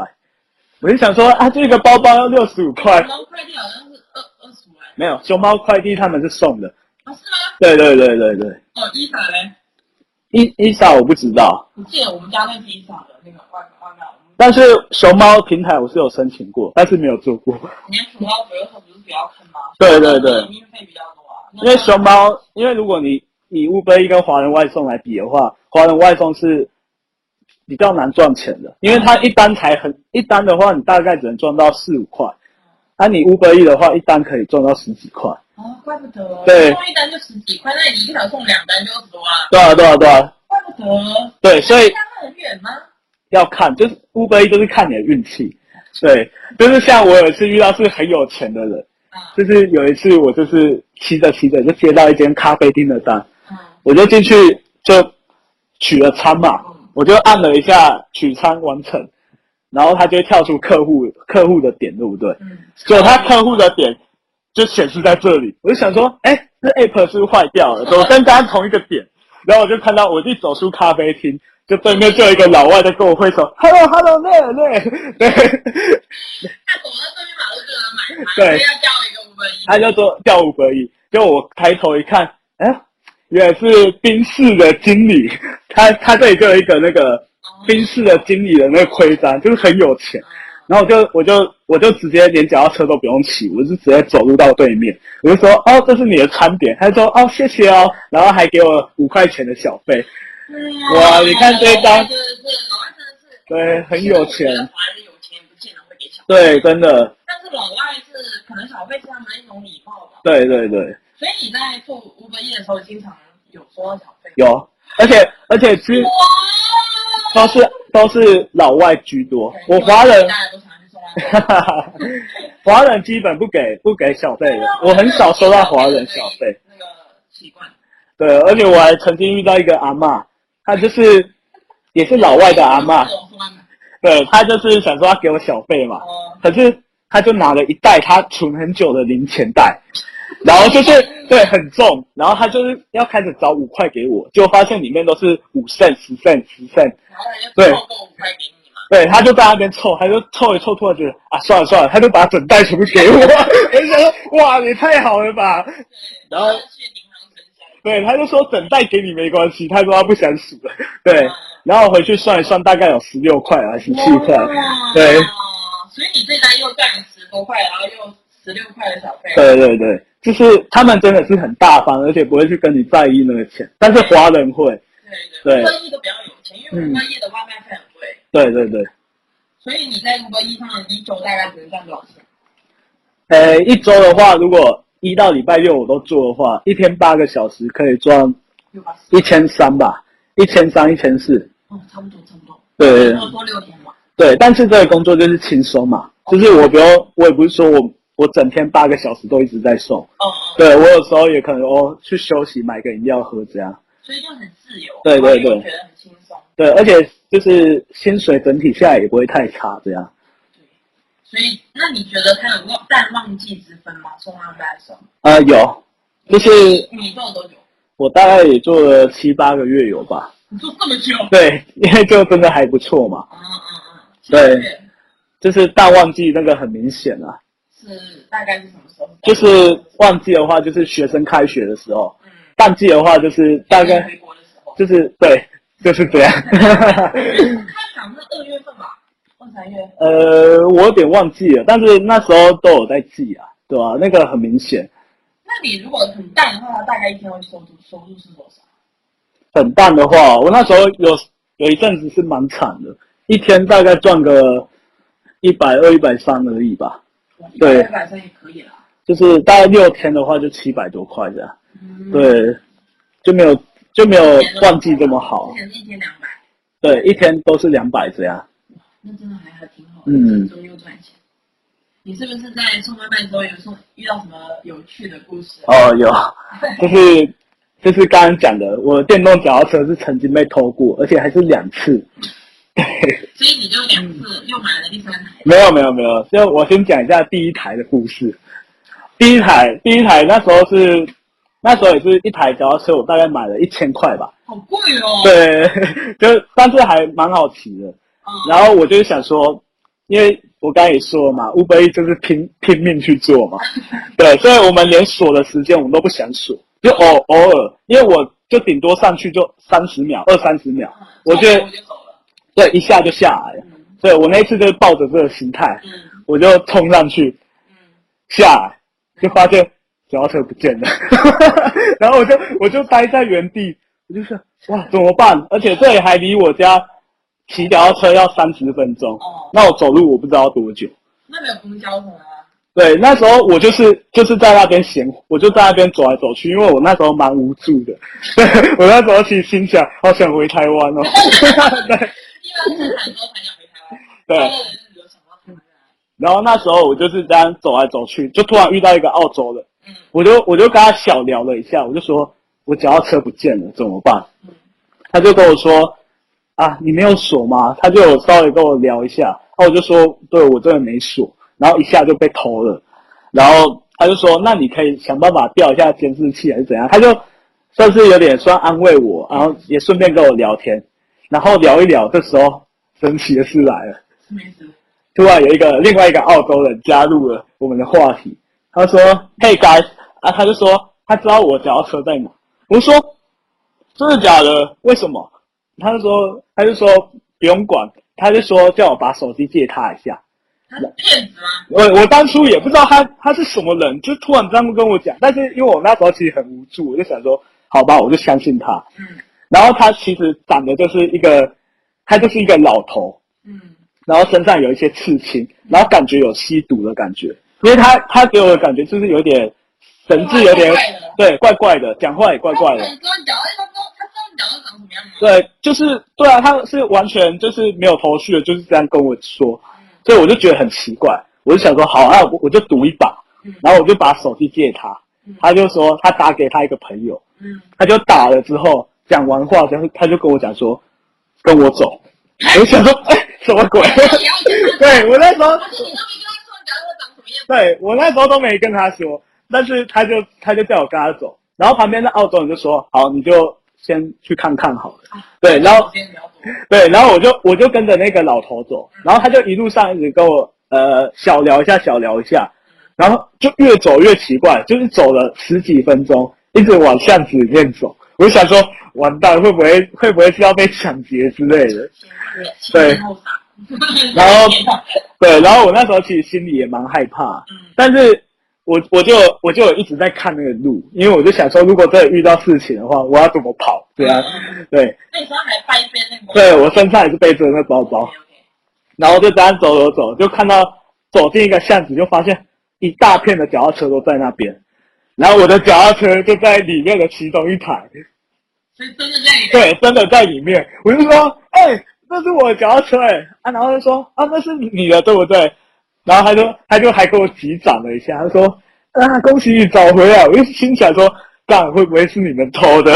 Speaker 3: 我就想说啊，这个包包要六十五块，
Speaker 2: 然后快递好像是二二十万，
Speaker 3: 没有熊猫快递他们是送的，
Speaker 2: 啊是吗？
Speaker 3: 对对对对对，
Speaker 2: 哦，伊莎嘞，
Speaker 3: 伊伊莎我不知道，
Speaker 2: 我记得我们家那批伊莎的那个外外卖，我们
Speaker 3: 但是熊猫平台我是有申请过，但是没有做过， *laughs*
Speaker 2: 年主要左右手不是比较坑吗？
Speaker 3: 对对对
Speaker 2: 运费比较多啊。
Speaker 3: 因为熊猫，因为如果你以乌龟跟华人外送来比的话，华人外送是比较难赚钱的，因为它一单才很一单的话，你大概只能赚到四五块，那、你乌龟一的话，一单可以赚到十几块，
Speaker 2: 啊，怪不得
Speaker 3: 对
Speaker 2: 送一单就十几块，那你一个小时送两单就二十多啊，
Speaker 3: 对啊对啊对啊，
Speaker 2: 怪不得。
Speaker 3: 对，所以
Speaker 2: 相差很远吗？
Speaker 3: 要看，就是 Uber E 就是看你的运气。对，就是像我有一次遇到是很有钱的人，
Speaker 2: 啊，
Speaker 3: 就是有一次我就是骑着骑着就接到一间咖啡厅的单，
Speaker 2: 嗯
Speaker 3: 我就进去就取了餐嘛
Speaker 2: 嗯，
Speaker 3: 我就按了一下取餐完成，然后他就会跳出客户客户的点，对不对？
Speaker 2: 嗯，
Speaker 3: 结果他客户的点就显示在这里，我就想说，哎，这 app 是不是坏掉了？怎么跟刚刚同一个点？然后我就看到我一走出咖啡厅，就对面就有一个老外在跟我挥手，hello hello there there，对，
Speaker 2: 他走到对面马路就能买它，所
Speaker 3: 对
Speaker 2: 以要叫一个五分一。
Speaker 3: 他就说叫五百亿，结果我抬头一看，哎，原来是宾士的经理，他他这里就有一个那个
Speaker 2: 哦
Speaker 3: 宾士的经理的那个徽章，就是很有钱。
Speaker 2: 嗯
Speaker 3: 然后我就我就我就直接连脚踏车都不用骑，我就直接走路到对面，我就说哦，这是你的餐点，他就说哦谢谢哦，然后还给我五块钱的小费，哇你看这一张
Speaker 2: 真的是，老外真的是，
Speaker 3: 对，很有
Speaker 2: 其实
Speaker 3: 钱
Speaker 2: 我觉，得华人有钱不见得会给小费，
Speaker 3: 对，真的，
Speaker 2: 但是老外是可能小费是他们的一种礼貌吧。
Speaker 3: 对对对，
Speaker 2: 所以你在做五本业的时候，经常有收到小费。
Speaker 3: 有，而且而且居
Speaker 2: 哇！
Speaker 3: 都是都是老外居多，我华人
Speaker 2: 大家都想去收到。
Speaker 3: 哈哈哈，华人基本不给不给小费的，我很少收到华人小费。。
Speaker 2: 那个习惯。
Speaker 3: 对，而且我还曾经遇到一个阿嬷，她就是也是老外的阿嬷，对她就是想说要给我小费嘛，
Speaker 2: 哦，
Speaker 3: 可是她就拿了一袋她存很久的零钱袋，然后就是对很重，然后她就是要开始找五块给我，结果发现里面都是五 cent、十 cent、十 cent，
Speaker 2: 然后人
Speaker 3: 对
Speaker 2: 家凑够五块给你嘛。
Speaker 3: 对，他就在那边凑，他就凑一凑，突然觉得啊，算了算了，他就把整袋全部给我，我就想说哇，你太好了吧？然后
Speaker 2: 去银行存下来。
Speaker 3: 对，他就说整袋给你没关系，他说他不想数了，对
Speaker 2: 嗯，
Speaker 3: 然后我回去算一算，大概有十六块还是十七块，
Speaker 2: 哇
Speaker 3: 对。
Speaker 2: 所以你这单又赚了十多块，然后又十六块的小费。
Speaker 3: 对对对，就是他们真的是很大方，而且不会去跟你在意那个钱，但是华人会，
Speaker 2: 对对。
Speaker 3: 对
Speaker 2: 五一都比较有钱，因为五一的外卖费很贵，
Speaker 3: 对对对，
Speaker 2: 所以你在五一上的一周大概只能赚多少钱？
Speaker 3: 呃，一周的话，如果一到礼拜六我都做的话，一天八个小时可以赚
Speaker 2: 六百四。
Speaker 3: 一千三吧，一千三一千四。
Speaker 2: 哦，差不多差不多。
Speaker 3: 对对对
Speaker 2: 多多哦六天嘛。
Speaker 3: 对，但是这个工作就是轻松嘛，就是我不用，我也不是说我我整天八个小时都一直在送，
Speaker 2: 哦。
Speaker 3: 对我有时候也可能哦去休息买个饮料喝这样，
Speaker 2: 所以就很自由，
Speaker 3: 对对对
Speaker 2: 然后就觉得很轻松，
Speaker 3: 对，而且就是薪水整体下来也不会太差这样，
Speaker 2: 对。所以，那你觉得他有忘淡旺季之分吗？送外卖的时候，
Speaker 3: 呃有，就是
Speaker 2: 你做了多久？
Speaker 3: 我大概也做了七八个月有吧，
Speaker 2: 你做这么久？
Speaker 3: 对，因为就真的还不错嘛，
Speaker 2: 嗯嗯嗯。
Speaker 3: 对。就是淡旺季那个很明显啊，
Speaker 2: 是大概是什么时候？
Speaker 3: 就是旺季的话就是学生开学的时候，
Speaker 2: 嗯，
Speaker 3: 淡季的话就是大概
Speaker 2: 回国的时候，
Speaker 3: 就是对就是这样。 *laughs*
Speaker 2: 他想是二月份吧，二三月。
Speaker 3: 呃，我有点忘记了，但是那时候都有在记啊，对吧、那个很明显，
Speaker 2: 那你如果很淡的话，他大概一天会收入收入是多少？
Speaker 3: 很淡的话，我那时候有有一阵子是蛮惨的，一天大概赚个一百二、一百三而已吧，对
Speaker 2: 一百三也可以啦。
Speaker 3: 就是大概六天的话就七百多块这样，
Speaker 2: 嗯，
Speaker 3: 对，就没有就没有旺季这么好
Speaker 2: 之，前是一天两百，
Speaker 3: 对，一天都是两百这样，
Speaker 2: 那真的还还挺好的，
Speaker 3: 嗯
Speaker 2: 中又赚钱。你是不是在送外卖的时候有送遇到什么有趣的故事？
Speaker 3: 哦，有，就是就是刚刚讲的，我电动脚踏车是曾经被偷过，而且还是两次。
Speaker 2: 所以你就两
Speaker 3: 嗯
Speaker 2: 次又买了第三台，
Speaker 3: 没有没有没有，就我先讲一下第一台的故事。第一台，第一台那时候是，那时候也是一台脚踏车，我大概买了一千块吧。
Speaker 2: 好贵哦。，
Speaker 3: 对， *laughs* 就但是还蛮好骑的。
Speaker 2: 嗯，
Speaker 3: 然后我就是想说，因为我刚才也说了嘛，Uber E 就是拼拼命去做嘛，对，所以我们连锁的时间我们都不想锁，就偶偶尔，因为我就顶多上去就三十秒、二三十秒，
Speaker 2: 嗯
Speaker 3: 我觉得
Speaker 2: 我就走了。
Speaker 3: 对，一下就下来了。
Speaker 2: 嗯
Speaker 3: 对我那一次就是抱着这个心态，
Speaker 2: 嗯
Speaker 3: 我就冲上去，
Speaker 2: 嗯，
Speaker 3: 下来，就发现脚踏车不见了， *laughs* 然后我就我就待在原地，我就说哇怎么办？而且这里还离我家骑脚踏车要三十分钟，
Speaker 2: 哦，
Speaker 3: 那我走路我不知道多久。
Speaker 2: 那没有公交什么啊？
Speaker 3: 对，那时候我就是就是在那边闲，我就在那边走来走去，因为我那时候蛮无助的。 *laughs* 对，我那时候其实心想，好想回台湾哦。 *laughs* 对
Speaker 2: 一般是很多朋友回台湾，
Speaker 3: 对，
Speaker 2: 大家人有想到台湾人啊
Speaker 3: 然后那时候我就是这样走来走去，就突然遇到一个澳洲人，
Speaker 2: 嗯
Speaker 3: 我就我就跟他小聊了一下，我就说我脚踏车不见了怎么办？
Speaker 2: 嗯
Speaker 3: 他就跟我说啊你没有锁吗？他就有稍微跟我聊一下，然后我就说对我真的没锁，然后一下就被偷了，然后他就说那你可以想办法调一下监视器还是怎样，他就算是有点算安慰我，然后也顺便跟我聊天，然后聊一聊，这时候神奇的事来了。
Speaker 2: 是没事。
Speaker 3: 突然有一个另外一个澳洲人加入了我们的话题，他说：“Hey guys，啊，他就说他知道我脚踏车在哪。”我说：“真的假的？为什么？”他就说：“他就说不用管，他就说叫我把手机借他一下。”
Speaker 2: 他是骗子吗？
Speaker 3: 我我当初也不知道他他是什么人，就突然这么跟我讲。但是因为我那时候其实很无助，我就想说，好吧，我就相信他。
Speaker 2: 嗯
Speaker 3: 然后他其实长得就是一个，他就是一个老头，
Speaker 2: 嗯
Speaker 3: 然后身上有一些刺青，然后感觉有吸毒的感觉，因为他他给我的感觉就是有点神志有点
Speaker 2: 怪怪的
Speaker 3: 对怪怪的，讲话也怪怪的。
Speaker 2: 他知道你讲他知道他知道你讲的长什么样吗？
Speaker 3: 对，就是对啊，他是完全就是没有头绪的，就是这样跟我说，所以我就觉得很奇怪，我就想说好啊，我我就赌一把
Speaker 2: 嗯，
Speaker 3: 然后我就把手机借他
Speaker 2: 嗯，
Speaker 3: 他就说他打给他一个朋友，
Speaker 2: 嗯，
Speaker 3: 他就打了之后讲完话，然后他就跟我讲说跟我走，我想说哎什么
Speaker 2: *laughs*
Speaker 3: 鬼？
Speaker 2: 你要讲，
Speaker 3: 对我那时候
Speaker 2: 而且你都没跟他说你讲他长什么样。
Speaker 3: *laughs* 对我那时候都没跟他说，但是他就他就叫我跟他走，然后旁边的澳洲人就说：“好，你就先去看看好了。”对，然后
Speaker 2: 先聊多
Speaker 3: 对，然后我就我就跟着那个老头走，然后他就一路上一直跟我呃小聊一下，小聊一下，然后就越走越奇怪，就是走了十几分钟，一直往巷子里面走。我就想说，完蛋，会不会会不会是要被抢劫之类的？对
Speaker 2: 然后啥？
Speaker 3: 然后对，然后我那时候其实心里也蛮害怕，
Speaker 2: 嗯
Speaker 3: 但是我我就我就有一直在看那个路，因为我就想说，如果真的遇到事情的话，我要怎么跑？对啊，对，
Speaker 2: 那时候还掰背那个。
Speaker 3: 对我身上也是背着那包包，
Speaker 2: OK，OK。
Speaker 3: 然后就这样走走走，就看到走进一个巷子，就发现一大片的脚踏车都在那边，然后我的脚踏车就在里面的其中一台，
Speaker 2: 所以真的在你的
Speaker 3: *laughs* 对，真的在里面，我就说，哎、那是我的脚踏车、哎，啊，然后就说，啊，那是你的，对不对？然后他就他就还给我击掌了一下，他说，啊，恭喜你找回来，我就心想说，干会不会是你们偷的？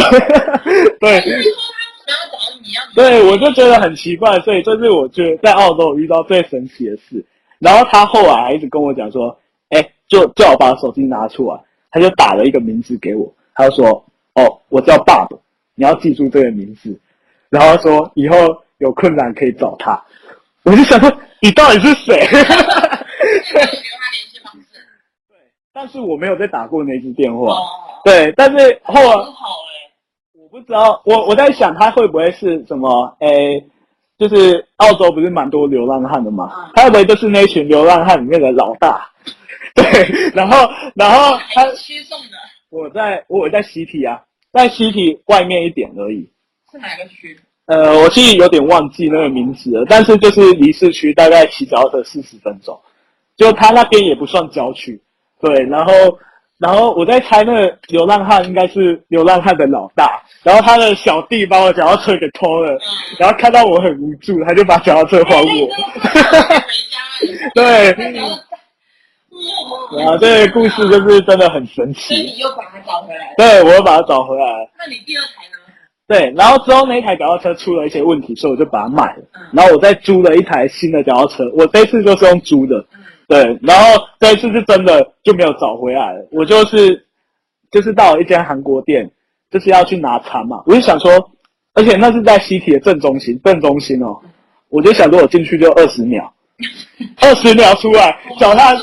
Speaker 3: *laughs* 对，
Speaker 2: 所以说他想要找你，要你
Speaker 3: *laughs* 对，我就觉得很奇怪，所以这是我觉得在澳洲我遇到最神奇的事。然后他后来还一直跟我讲说，哎、就叫我把手机拿出来，他就打了一个名字给我，他就说，哦，我叫爸爸，你要记住这个名字，然后说以后有困难可以找他。 *laughs* 我就想说，你到底是谁？ *laughs*
Speaker 2: 你要留他联系方式。
Speaker 3: 但是我没有再打过那次电话。
Speaker 2: 哦，
Speaker 3: 对，但是后来
Speaker 2: 很好哎。
Speaker 3: 我不知道，我我在想他会不会是什么？诶、就是澳洲不是蛮多流浪汉的嘛
Speaker 2: 嗯，
Speaker 3: 他会不会就是那群流浪汉里面的老大？ *laughs* 对，然后然后他
Speaker 2: 还是区送的，
Speaker 3: 我在我在西体啊，在西体外面一点而已。
Speaker 2: 是哪个区？
Speaker 3: 呃，我其实有点忘记那个名字了，但是就是离市区大概骑脚踏车四十分钟，就他那边也不算郊区，对，然后然后我在猜那个流浪汉应该是流浪汉的老大，然后他的小弟把我脚踏车给偷了，
Speaker 2: 嗯。
Speaker 3: 然后看到我很无助，他就把脚踏车还我，对，然后
Speaker 2: 哇，
Speaker 3: 这个故事就是真的很神
Speaker 2: 所以
Speaker 3: 奇，
Speaker 2: 你又把它找回来了。
Speaker 3: 对我又把它找回来了。
Speaker 2: 那你第二台呢？
Speaker 3: 对，然后之后那一台脚踏车出了一些问题，所以我就把它卖了。
Speaker 2: 嗯
Speaker 3: 然后我再租了一台新的脚踏车，我这次就是用租的，
Speaker 2: 嗯，
Speaker 3: 对，然后这一次是真的就没有找回来了。我就是就是到一间韩国店，就是要去拿餐嘛，我就想说，而且那是在西体的正中心，正中心哦，我就想说我进去就二十秒，二十秒出来，脚踏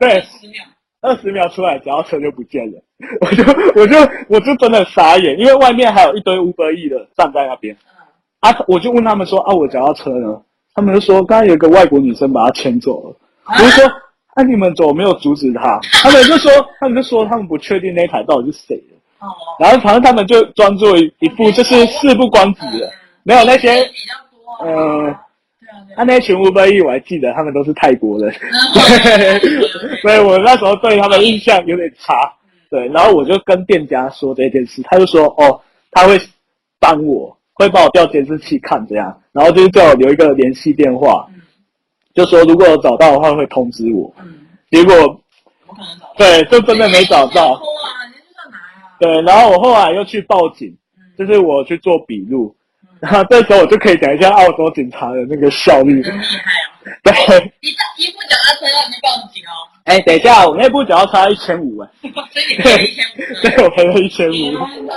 Speaker 3: 对
Speaker 2: 十秒，
Speaker 3: 二十秒出来，脚踏车就不见了， *laughs* 我就我就我就真的傻眼，因为外面还有一堆五百亿的站在那边。
Speaker 2: 嗯，
Speaker 3: 啊，我就问他们说啊，我脚踏车呢？他们就说刚刚有一个外国女生把她牵走了。我就说，那、你们怎么没有阻止她？他们就说，他们就说他们不确定那台到底是谁的。
Speaker 2: 哦，
Speaker 3: 然后反正他们就装作一副就是事不关己的，没有那些
Speaker 2: 嗯比较多，
Speaker 3: 呃，
Speaker 2: 对啊，对
Speaker 3: 啊，
Speaker 2: 啊，
Speaker 3: 那群 Uber E 我还记得他们都是泰国人， *laughs* 所以我那时候对他们印象有点差。对，然后我就跟店家说这件事，他就说哦，他会帮我，会帮我调监视器看这样，然后就是叫我留一个联系电话，
Speaker 2: 嗯
Speaker 3: 就说如果有找到的话会通知我。
Speaker 2: 嗯，
Speaker 3: 结果
Speaker 2: 我可能找到，
Speaker 3: 对，就真的没找到。
Speaker 2: 偷啊，你去上哪啊？
Speaker 3: 对，然后我后来又去报警，就
Speaker 2: 嗯，
Speaker 3: 是我去做笔录，然后这时候我就可以讲一下澳洲警察的那个效率。
Speaker 2: 很厉害啊！
Speaker 3: 对，
Speaker 2: 你大一不脚踏车让你报警哦， *laughs*
Speaker 3: 哎，等一下，我那部只要差一千五哎，
Speaker 2: 所以你赔一千五。
Speaker 3: 对我赔了一千
Speaker 2: 天
Speaker 3: 五。
Speaker 2: 哪！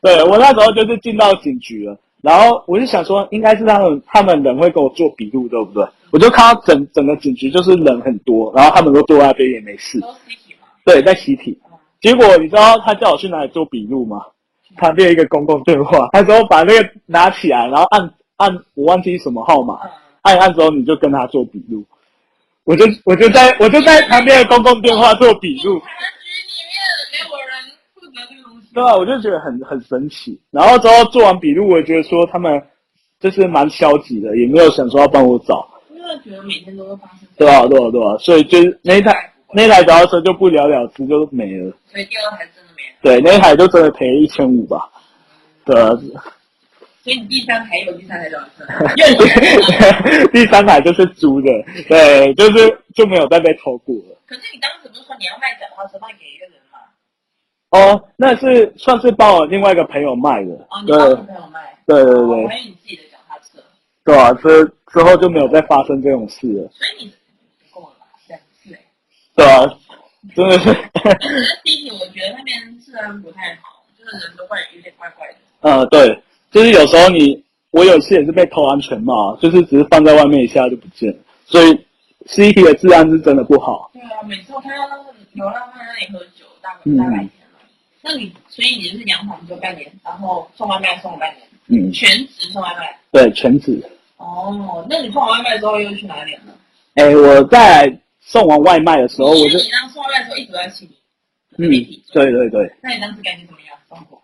Speaker 3: 对我那时候就是进到警局了，然后我就想说，应该是他们他们人会给我做笔录，对不对？我就看到整整个警局就是人很多，然后他们都坐在那边也没事。
Speaker 2: 都是一体嘛，
Speaker 3: 对，在习题。结果你知道他叫我去哪里做笔录吗？旁边有一个公共电话，他说把那个拿起来，然后按按我忘记什么号码，
Speaker 2: 嗯，
Speaker 3: 按一按之后你就跟他做笔录。我就我就在我就在旁边的公共电话做笔录，
Speaker 2: 可能局里面没有人负责这个东西。
Speaker 3: 对啊，我就觉得很很神奇。然后之后做完笔录，我也觉得说他们就是蛮消极的，也没有想说要帮我找，
Speaker 2: 因为觉得每天都会发生。
Speaker 3: 对啊，对啊，对啊，所以就是那一台那一台脚踏车就不了了之，就没了。
Speaker 2: 所以第二台真的没人。
Speaker 3: 对，那一台就真的赔一千五吧。对啊， *laughs*
Speaker 2: 所以你第三台有第三台多少车？
Speaker 3: 第三台就是租的，对，就是就没有再被偷过了。
Speaker 2: 可是你当时不是说你要卖脚踏车卖给一个人吗？
Speaker 3: 哦，那是算是帮我另外一个朋友卖的，
Speaker 2: 哦，你
Speaker 3: 对
Speaker 2: 帮朋友卖。
Speaker 3: 对对
Speaker 2: 哦我
Speaker 3: 对
Speaker 2: 还有你自己的脚踏车，
Speaker 3: 对啊，之之后就没有再发生这种事了，
Speaker 2: 所以你够了吧？两次哎。
Speaker 3: 对啊，真的是，
Speaker 2: 只是第一题，我觉得那边治安不太好，就是人都怪有点怪怪的。
Speaker 3: 呃，对，就是有时候你，我有一次也是被偷安全帽，啊就是只是放在外面一下就不见了，所以 C T 的治安是真的不好。
Speaker 2: 对啊，每次我看到那个流浪汉在那里喝酒，大白
Speaker 3: 嗯
Speaker 2: 大白天了。那你所以你就是洋房做半年，然后送外卖送了半年，
Speaker 3: 嗯，
Speaker 2: 全职送外卖。
Speaker 3: 对，全职。
Speaker 2: 哦，那你送完外卖之后又去哪里了？
Speaker 3: 哎，我在送完外卖的时候，我就
Speaker 2: 你当时送外卖的时候一直都在清理，
Speaker 3: 嗯，对对对，
Speaker 2: 那你当时感觉怎么样？生活？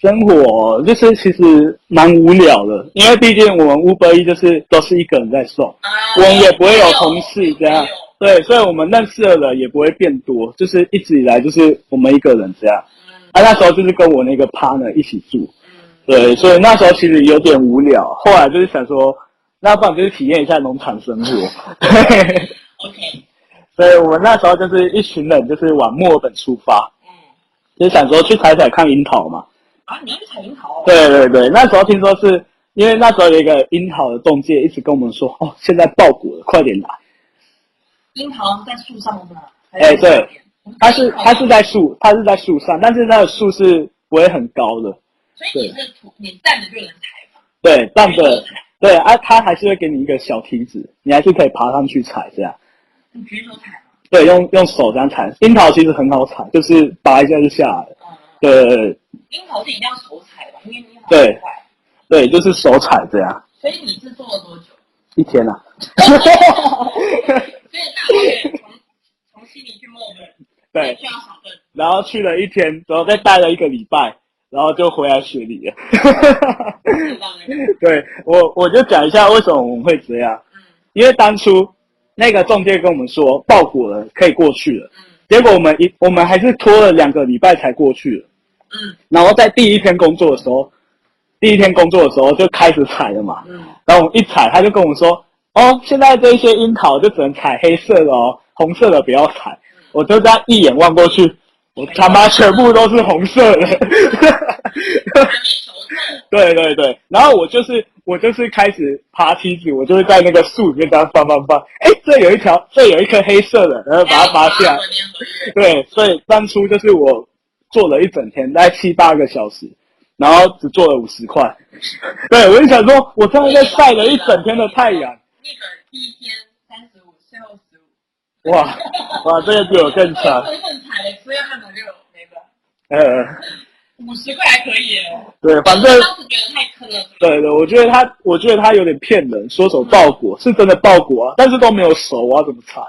Speaker 3: 生活就是其实蛮无聊的，因为毕竟我们 Uber E 就是都是一个人在送，
Speaker 2: 啊，
Speaker 3: 我们也不会有同事这样
Speaker 2: 没有。
Speaker 3: 对，所以我们认识的人也不会变多，就是一直以来就是我们一个人这样。
Speaker 2: 嗯
Speaker 3: 啊，那时候就是跟我那个 partner 一起住，
Speaker 2: 嗯，
Speaker 3: 对，所以那时候其实有点无聊。后来就是想说，那不然就是体验一下农场生
Speaker 2: *laughs*
Speaker 3: 活。对，
Speaker 2: ，OK，
Speaker 3: 所以我们那时候就是一群人，就是往墨尔本出发，
Speaker 2: 嗯，
Speaker 3: 就是想说去采采看樱桃嘛。
Speaker 2: 啊，你要去采樱桃哦？
Speaker 3: 对对对，那时候听说是因为那时候有一个樱桃的中介一直跟我们说，哦，现在爆谷了，快点来。
Speaker 2: 樱桃在树上的吗？还
Speaker 3: 哎对
Speaker 2: 在哪边，哦
Speaker 3: 它是它是在树，它是在树上，但是那个树是不会很高的，
Speaker 2: 所以你是土，你站着就能踩嘛？
Speaker 3: 对，但
Speaker 2: 没有
Speaker 3: 是
Speaker 2: 踩，
Speaker 3: 对啊，它还是会给你一个小梯子，你还是可以爬上去踩这样。
Speaker 2: 你举手踩嘛？
Speaker 3: 对，用用手这样踩。樱桃其实很好踩，就是拔一下就下来了。
Speaker 2: 嗯，
Speaker 3: 对
Speaker 2: 樱桃是一定要手踩吧，因为樱桃
Speaker 3: 对
Speaker 2: 很快。
Speaker 3: 对，就是手踩这样。
Speaker 2: 所以你是做了多久？
Speaker 3: 一天啊， *laughs*
Speaker 2: 所以大学从从悉尼去墨尔本，
Speaker 3: 对，
Speaker 2: 需要小笨。
Speaker 3: 然后去了一天，然后再待了一个礼拜，然后就回来雪梨了。
Speaker 2: 知道那个
Speaker 3: 对我，我就讲一下为什么我们会这样，
Speaker 2: 嗯
Speaker 3: 因为当初那个中介跟我们说爆谷了，可以过去了，
Speaker 2: 嗯
Speaker 3: 结果我们一我们还是拖了两个礼拜才过去了。
Speaker 2: 嗯
Speaker 3: 然后在第一天工作的时候，第一天工作的时候就开始踩了嘛，
Speaker 2: 嗯，
Speaker 3: 然后我们一踩，他就跟我们说：“哦，现在这些樱桃就只能采黑色的哦，红色的不要采。”我就这样一眼望过去，我他妈全部都是红色的。 *laughs*
Speaker 2: 还没熟透。
Speaker 3: 对对对，然后我就是我就是开始爬梯子，我就会在那个树里面这样翻翻翻，哎，这有一条，这有一颗黑色的，然后把它拔下来。 *laughs* 对，所以当初就是我做了一整天，大概七八个小时，然后只做了五十块。对，我就想说，我真的在晒了一整天的太阳。
Speaker 2: 那个第一天三十五，最后十五。
Speaker 3: 哇哇，这个比我更惨。
Speaker 2: 我很踩了，所以按了六，没吧？
Speaker 3: 呃，
Speaker 2: 五十块还可以耶。
Speaker 3: 对，反正
Speaker 2: 当时觉得太坑了。是不是
Speaker 3: 对对，我觉得他，我觉得他有点骗人，说走报国是真的报国啊，但是都没有熟，我要怎么查？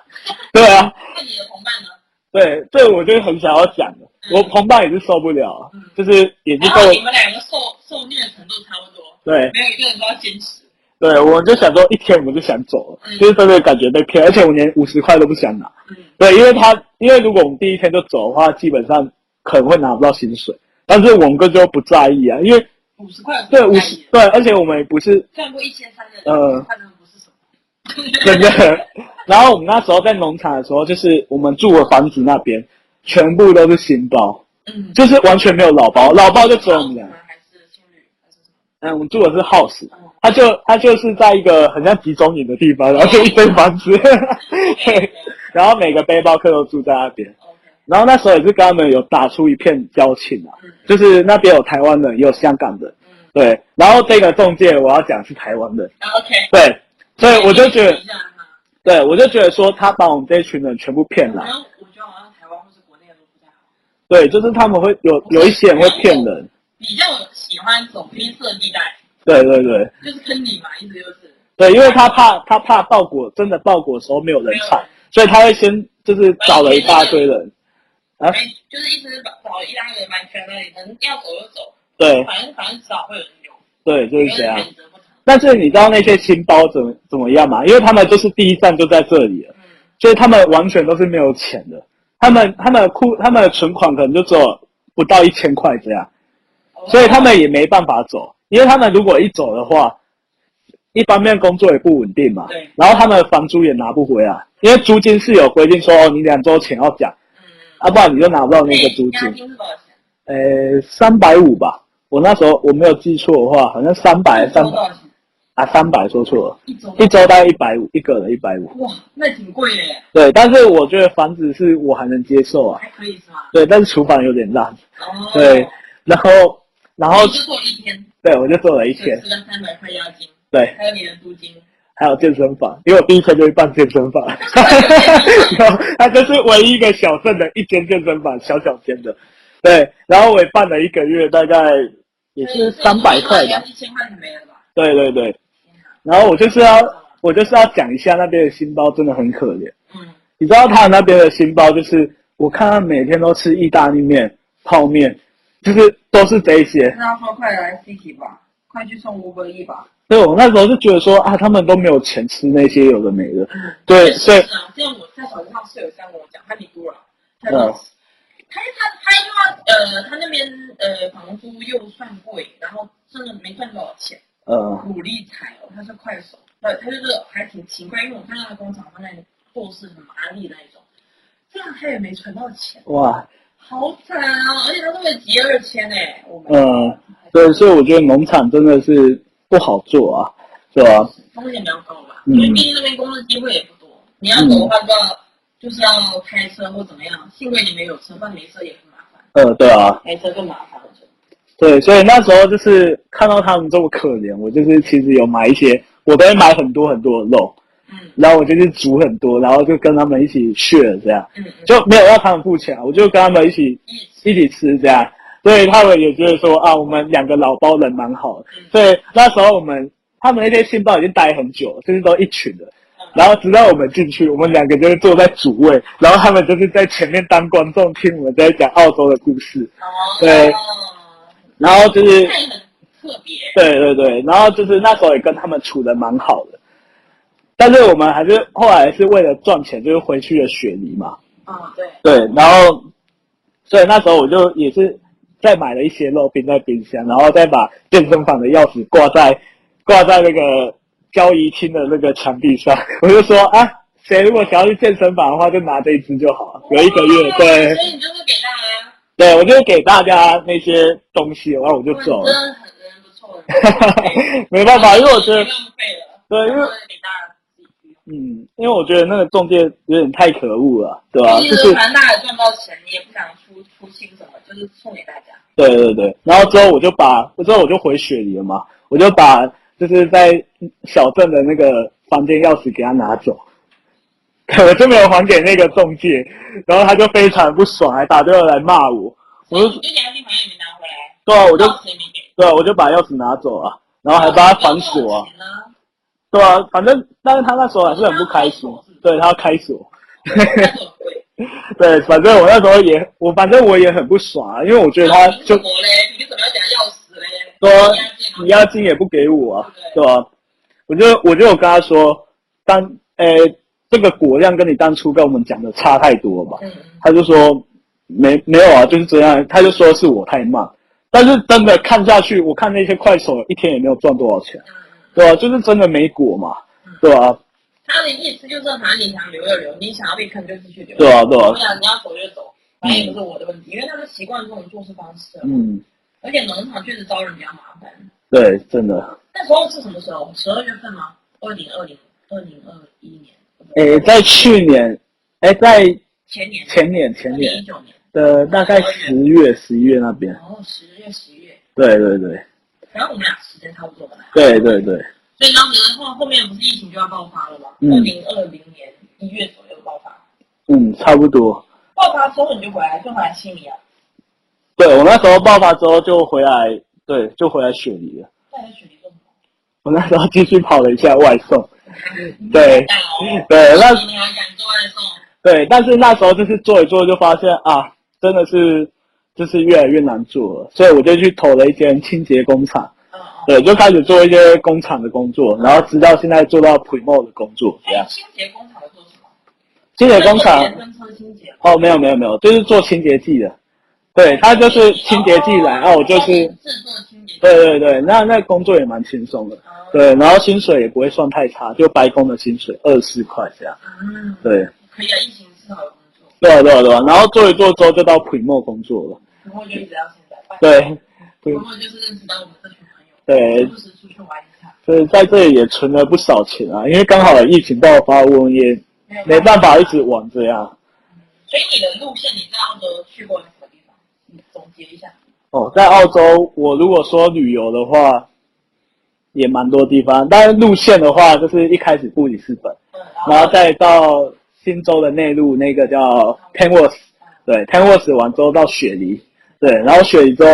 Speaker 3: 对啊，
Speaker 2: 那你的同伴呢？
Speaker 3: 对，这我就很想要讲的。我同伴也是受不了啊，就是也是
Speaker 2: 然
Speaker 3: 被
Speaker 2: 后你
Speaker 3: 我
Speaker 2: 们两个受受虐的程度差不多，
Speaker 3: 对
Speaker 2: 没有一个人都要坚持。
Speaker 3: 对，我就想说一天我就想走了，就是真的感觉被骗，而且我连五十块都不想拿。
Speaker 2: 嗯，
Speaker 3: 对，因为他因为如果我们第一天就走的话，基本上可能会拿不到薪水，但是我们根本就不在意啊，因为
Speaker 2: 五十块
Speaker 3: 对五十对，而且我们也不是
Speaker 2: 赚过一千三的人，
Speaker 3: 呃
Speaker 2: 他真的不是什么。
Speaker 3: 真的。然后我们那时候在农场的时候，就是我们住的房子那边，全部都是新包，
Speaker 2: 嗯，
Speaker 3: 就是完全没有老包，老包就啊只有我们俩。
Speaker 2: 还是情侣还是什么？
Speaker 3: 嗯，我们住的是 house，
Speaker 2: 嗯
Speaker 3: 它就它就是在一个很像集中营的地方，然后就一堆房子， *laughs* 对，然后每个背包客都住在那边。
Speaker 2: OK，
Speaker 3: 然后那时候也是跟他们有打出一片交情啊，
Speaker 2: 嗯
Speaker 3: 就是那边有台湾人，也有香港人，
Speaker 2: 嗯
Speaker 3: 对。然后这个中介我要讲是台湾人，
Speaker 2: 然后，OK，哎
Speaker 3: 对，所以我就觉得
Speaker 2: 一，下哈，
Speaker 3: 对我就觉得说他把我们这一群人全部骗来
Speaker 2: 然，后我觉得好像台湾或是国内的都不太好，
Speaker 3: 对，就是他们会有有一些人会骗人，
Speaker 2: 比较喜欢走黑色地带，
Speaker 3: 对对对
Speaker 2: 就是坑你嘛，一直就是。
Speaker 3: 对，因为他怕他怕爆果，真的爆果的时候没有人
Speaker 2: 没有
Speaker 3: 唱
Speaker 2: 人，
Speaker 3: 所以他会先就是找了一大堆人。啊
Speaker 2: 哎，就是一直找找一大堆蛮圈那里，能要走就走，
Speaker 3: 对
Speaker 2: 反正反正迟早会有人留，
Speaker 3: 对，啊就是这样
Speaker 2: 有人。选择不长。
Speaker 3: 但是你知道那些新包怎么怎么样吗？因为他们就是第一站就在这里了，
Speaker 2: 嗯，
Speaker 3: 所以他们完全都是没有钱的。他们他们的库他们的存款可能就只有不到一千块这样，
Speaker 2: 哦
Speaker 3: 所以他们也没办法走，因为他们如果一走的话，一方面工作也不稳定嘛
Speaker 2: 对，
Speaker 3: 然后他们的房租也拿不回来，因为租金是有规定说哦，你两周前要缴，
Speaker 2: 嗯，
Speaker 3: 啊，不然你就拿不到那个租
Speaker 2: 哎押
Speaker 3: 金。
Speaker 2: 金是多少钱？
Speaker 3: 呃，三百五吧，我那时候我没有记错的话，好像三百
Speaker 2: 一
Speaker 3: 三
Speaker 2: 周多
Speaker 3: 百
Speaker 2: 少钱？
Speaker 3: 啊，三百说错了。
Speaker 2: 一周
Speaker 3: 一周大概一百五，一个人一百五。
Speaker 2: 哇，那挺贵的耶，
Speaker 3: 对，但是我觉得房子是我还能接受啊。
Speaker 2: 还可以是吧？
Speaker 3: 对，但是厨房有点烂。
Speaker 2: 哦，
Speaker 3: 对，然后，然后
Speaker 2: 你就做一天，
Speaker 3: 对我就做了一
Speaker 2: 损
Speaker 3: 天，
Speaker 2: 失了三百块押金，
Speaker 3: 对，
Speaker 2: 还有你的租金，
Speaker 3: 还有健身房，因为我第一天就去办健身房，然后它就是唯一一个小镇的一间健身房，小小间的。对，然后我也办了一个月，大概也是三百块吧。
Speaker 2: 一千块就没了吧？
Speaker 3: 对对对，
Speaker 2: 天哪
Speaker 3: 然后我就是要我就是要讲一下那边的新包真的很可怜。
Speaker 2: 嗯，
Speaker 3: 你知道他那边的新包就是，我看他每天都吃意大利面、泡面，就是都是这一些。
Speaker 2: 那说快来 C T 吧，快去送吴伯义吧。
Speaker 3: 所以我那时候就觉得说啊，他们都没有钱吃那些有的没的。对，所以嗯
Speaker 2: 是啊，这样我在小红上室友这样跟我讲，他尼姑了，他说他他他因为呃他那边呃房租又算贵，然后真的没赚多少钱，
Speaker 3: 呃，
Speaker 2: 鼓励财哦，他是快手，对，他就是还挺勤快，因为我看他的工厂他那里做事很麻利那一种，这样他也没存到钱，
Speaker 3: 哇，
Speaker 2: 好惨啊！而且他都会集二千哎，我们
Speaker 3: 呃，对，所以我觉得农场真的是不好做啊，是吧？
Speaker 2: 风险比较高吧，
Speaker 3: 嗯
Speaker 2: 因为毕竟那边工作机会也不多，你要走的话就要、就是要开车或怎么样，幸亏你们有车，不然没车也很麻烦，
Speaker 3: 呃，对啊，
Speaker 2: 开车更麻烦，我觉得。
Speaker 3: 对，所以那时候就是看到他们这么可怜，我就是其实有买一些，我都会买很多很多的肉，
Speaker 2: 嗯
Speaker 3: 然后我就去煮很多，然后就跟他们一起去了这样。
Speaker 2: 嗯嗯，
Speaker 3: 就没有让他们付钱，啊我就跟他们一起
Speaker 2: 一起
Speaker 3: 一起吃这样，所以他们也觉得说啊，我们两个老包人蛮好的，
Speaker 2: 嗯
Speaker 3: 所以那时候我们他们那些新包已经待很久了，就是都一群的，
Speaker 2: 嗯
Speaker 3: 然后直到我们进去，我们两个就是坐在主位，然后他们就是在前面当观众听我们在讲澳洲的故事，
Speaker 2: 哦，
Speaker 3: 对然后
Speaker 2: *laughs*
Speaker 3: 就是
Speaker 2: 那也很特别，
Speaker 3: 对对对，然后就是那时候也跟他们处的蛮好的，但是我们还是后来是为了赚钱，就是回去了雪梨嘛，
Speaker 2: 嗯对，
Speaker 3: 对，然后，所以那时候我就也是再买了一些肉冰在冰箱，然后再把健身房的钥匙挂在挂在那个交易厅的那个墙壁上。 *laughs* 我就说啊，谁如果想要去健身房的话，就拿这一支就好，有一个月。对
Speaker 2: 哦所以你就是给大家，
Speaker 3: 对，我就给大家那些东西，然后我就走
Speaker 2: 哇你真
Speaker 3: 了。
Speaker 2: 的很人不错，
Speaker 3: *laughs*
Speaker 2: 对
Speaker 3: 没办法，因为我觉得
Speaker 2: 你浪费了，
Speaker 3: 对，因为
Speaker 2: 然后给大家自己去用。
Speaker 3: 嗯，因为我觉得那个中介有点太可恶了，对吧、
Speaker 2: 就
Speaker 3: 就是是
Speaker 2: 反正大家也赚不到钱，你也不想出出清什么，就是送给大家。
Speaker 3: 对对对，然后之后我就把，之后我就回雪梨了嘛，我就把就是在小镇的那个房间钥匙给他拿走，对我就没有还给那个中介，然后他就非常不爽，还打电话来骂我，
Speaker 2: 所
Speaker 3: 我
Speaker 2: 以
Speaker 3: 就
Speaker 2: 你就良心牌也没拿回来，
Speaker 3: 对啊，我就
Speaker 2: 钥匙也没给，
Speaker 3: 对啊，我就把钥匙拿走啊，然后还帮他反锁啊， *laughs* 对啊，反正但是他那时候还是很不开心，对他要开锁，
Speaker 2: 那很
Speaker 3: *laughs*
Speaker 2: 贵。
Speaker 3: 对，反正我那时候也我反正我也很不爽啊，因为我觉得他
Speaker 2: 那凭
Speaker 3: 就
Speaker 2: 什么嘞？你怎么要讲钥匙嘞？
Speaker 3: 说你
Speaker 2: 你
Speaker 3: 押金也不给我啊，
Speaker 2: 对
Speaker 3: 对吧、我就我就有跟他说，当呃这个果量跟你当初跟我们讲的差太多了吧？
Speaker 2: 嗯嗯，
Speaker 3: 他就说没没有啊，就是这样。他就说是我太慢，但是真的看下去，我看那些快手一天也没有赚多少
Speaker 2: 嗯
Speaker 3: 钱，对吧、就是真的没果嘛，对吧、
Speaker 2: 他的意思就是，反正你想留就留，你想要被坑就继续留。
Speaker 3: 对啊对啊
Speaker 2: 我想你要走就走，反正也不是我的问题，因为他们习惯这种做事方式了。
Speaker 3: 嗯，
Speaker 2: 而且农场确实招人比较麻烦。
Speaker 3: 对，真的。
Speaker 2: 那时候是什么时候？十二月份吗？二零二零、二零二一年，
Speaker 3: 诶，呃在去年，诶，在
Speaker 2: 前年，
Speaker 3: 前年前
Speaker 2: 二零一
Speaker 3: 年
Speaker 2: 九年，
Speaker 3: 的大概十月十一月那边
Speaker 2: 然，后十月、十一月，
Speaker 3: 对对对
Speaker 2: 然后我们俩时间差不多吧。
Speaker 3: 对对对。
Speaker 2: 所以当时后后面不是疫情就要爆发了吗？
Speaker 3: 嗯
Speaker 2: 二零二零年一月左右爆发，
Speaker 3: 嗯，差不多。
Speaker 2: 爆发之后你就回来，就回来悉尼啊，
Speaker 3: 对我那时候爆发之后就回来，对，就回来雪梨了。
Speaker 2: 那你在雪梨做什么？
Speaker 3: 我那时候继续跑了一下外送，对嗯
Speaker 2: 大哦，
Speaker 3: 对，那
Speaker 2: 你还敢做外送？
Speaker 3: 对，但是那时候就是做一做就发现啊，真的是就是越来越难做了，所以我就去投了一间清洁工厂，
Speaker 2: 嗯嗯。
Speaker 3: 对，就啊开始做一些工厂的工作，然后直到现在做到 Primo 的工作这
Speaker 2: 哎
Speaker 3: 样。
Speaker 2: 清洁工厂做什么？
Speaker 3: 清洁工厂
Speaker 2: 分车清洁。
Speaker 3: 哦，没有没有没有，就是做清洁剂的，对，他就是清洁剂来，哦，我就是
Speaker 2: 制作清洁。
Speaker 3: 对对对，那那工作也蛮轻松的，
Speaker 2: 哦。
Speaker 3: 对，然后薪水也不会算太差，就白工的薪水二十四块这样，
Speaker 2: 嗯，
Speaker 3: 对，
Speaker 2: 可以啊，疫情之后的工作，
Speaker 3: 对啊对啊对啊，然后做一做之后就到 Primo 工作了，
Speaker 2: 然后就一直到现在。，
Speaker 3: 对。对
Speaker 2: 然后就是认识到我们这群朋友，
Speaker 3: 对
Speaker 2: 时不时出去玩一下，
Speaker 3: 所以在这里也存了不少钱啊，因为刚好有疫情爆发，我们也
Speaker 2: 没有
Speaker 3: 没办法一直玩这样。
Speaker 2: 所以你的路线，你在澳洲去过什么地方？你总结一下。
Speaker 3: 哦，在澳洲，我如果说旅游的话，也蛮多地方，但是路线的话，就是一开始布里斯本，
Speaker 2: 嗯，
Speaker 3: 然后再到新州的内陆那个叫 Penworth，对，Penworth 完之后到雪梨，对，然后雪梨之后，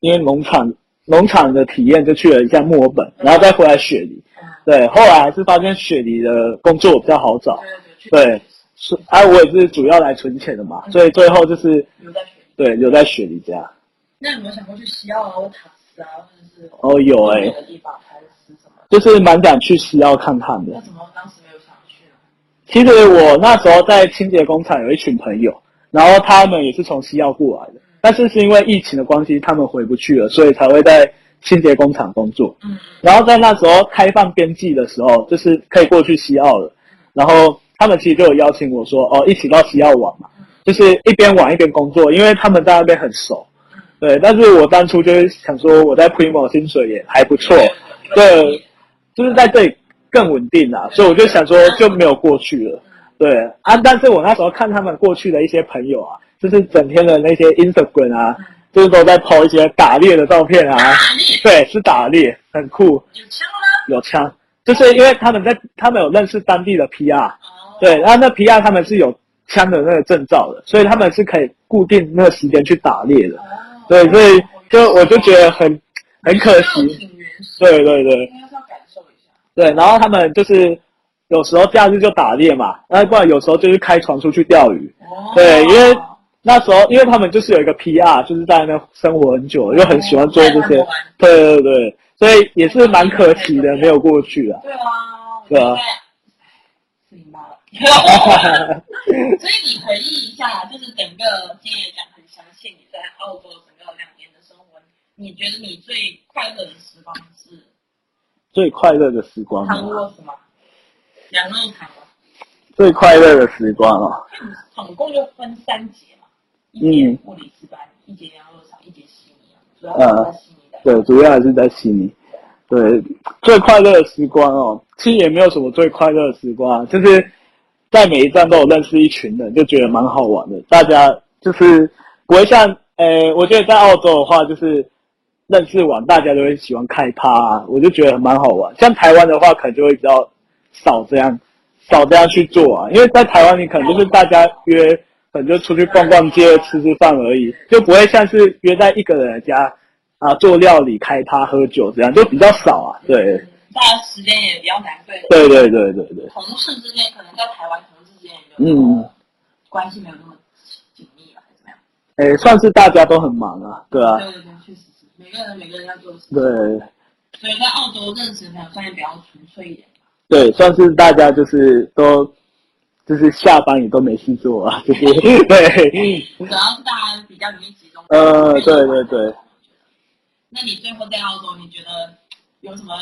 Speaker 3: 因为农场农场的体验就去了一下墨尔本，然后再回来雪梨，对，后来还是发现雪梨的工作比较好找。
Speaker 2: 对嗯对去
Speaker 3: 嗯对，是啊，我也是主要来存钱的嘛，所以最后就是
Speaker 2: 留在学历。
Speaker 3: 对留在雪梨家。
Speaker 2: 那有没有想过去西澳啊、或塔斯啊，或者是
Speaker 3: 哦，有哎、
Speaker 2: 欧美的地方还是什么？
Speaker 3: 就是蛮想去西澳看看
Speaker 2: 那
Speaker 3: 的。
Speaker 2: 怎么当时没有想去呢？
Speaker 3: 其实我那时候在清洁工厂有一群朋友，然后他们也是从西澳过来的，但是是因为疫情的关系，他们回不去了，所以才会在清洁工厂工作。
Speaker 2: 嗯，
Speaker 3: 然后在那时候开放边际的时候，就是可以过去西澳了。然后他们其实就有邀请我说，哦，一起到西澳玩嘛，就是一边玩一边工作，因为他们在那边很熟。对，但是我当初就是想说，我在 Primo 薪水也还不错，对，就是在这里更稳定啦，所以我就想说就没有过去了。对啊，但是我那时候看他们过去的一些朋友啊，就是整天的那些 Instagram 啊，就是都在 po 一些打猎的照片啊，
Speaker 2: 哪里
Speaker 3: 对，是打猎，很酷。
Speaker 2: 有枪啦？
Speaker 3: 有枪，就是因为他们在他们有认识当地的 PR，
Speaker 2: 哦，
Speaker 3: 对，然后那 PR 他们是有枪的那个证照的，所以他们是可以固定那个时间去打猎的，
Speaker 2: 哦
Speaker 3: 对，所以就我就觉得很很可
Speaker 2: 西澳
Speaker 3: 惜，
Speaker 2: 挺原始，
Speaker 3: 对对对
Speaker 2: 应该是要感受一下。
Speaker 3: 对，然后他们就是有时候假日就打猎嘛，那不然有时候就是开船出去钓鱼。
Speaker 2: 哦
Speaker 3: 对因为那时候，因为他们就是有一个 PR，就是在那边生活很久了，又很喜欢做这
Speaker 2: 在 *laughs*
Speaker 3: 些
Speaker 2: 那边，玩
Speaker 3: 对对对，所以也是蛮可惜的，没有过去啊。
Speaker 2: 对啊，我
Speaker 3: 对啊
Speaker 2: 觉得是你妈了。所以你回忆一下，就是整个今天也讲很详细，你在澳洲整个两年的生活，你觉得你最快乐的时光是
Speaker 3: 最快乐的时光吗，啊
Speaker 2: 汤沃什么？羊肉汤吗？
Speaker 3: 最快乐的时光哦。
Speaker 2: 总共就分三节嘛，一
Speaker 3: 嗯
Speaker 2: 节布里斯班，一节羊肉场，一节悉尼啊，主要是在悉尼的。
Speaker 3: 对，主要还是在悉尼。对，最快乐的时光哦，其实也没有什么最快乐的时光、啊，就是在每一站都有认识一群人，就觉得蛮好玩的。大家就是不会像，呃，我觉得在澳洲的话，就是认识完大家都会喜欢开趴、啊，我就觉得蛮好玩。像台湾的话，可能就会比较少这样，少这样去做啊，因为在台湾你可能就是大家约，可能就出去逛逛街、吃吃饭而已，就不会像是约在一个人的家。啊，做料理、开趴、喝酒，这样就比较少啊。对，
Speaker 2: 大家时间也比较难对。
Speaker 3: 对对对对对，
Speaker 2: 同事之间可能在台湾同事之间也没有那
Speaker 3: 嗯
Speaker 2: 么，关系没有那么紧密吧，还是怎么样？
Speaker 3: 诶，哎算是大家都很忙啊，对啊，
Speaker 2: 对对对，确实是每个人每个人要做的事情。
Speaker 3: 对
Speaker 2: 所以在澳洲认识的朋友算是比较纯粹一点吧。
Speaker 3: 对，算是大家就是都就是下班也都没事做啊， *laughs* 就是对，
Speaker 2: 主要是大家比较容易集中。
Speaker 3: 呃对对对
Speaker 2: 我觉得。那你最后在澳洲，你觉得有什么？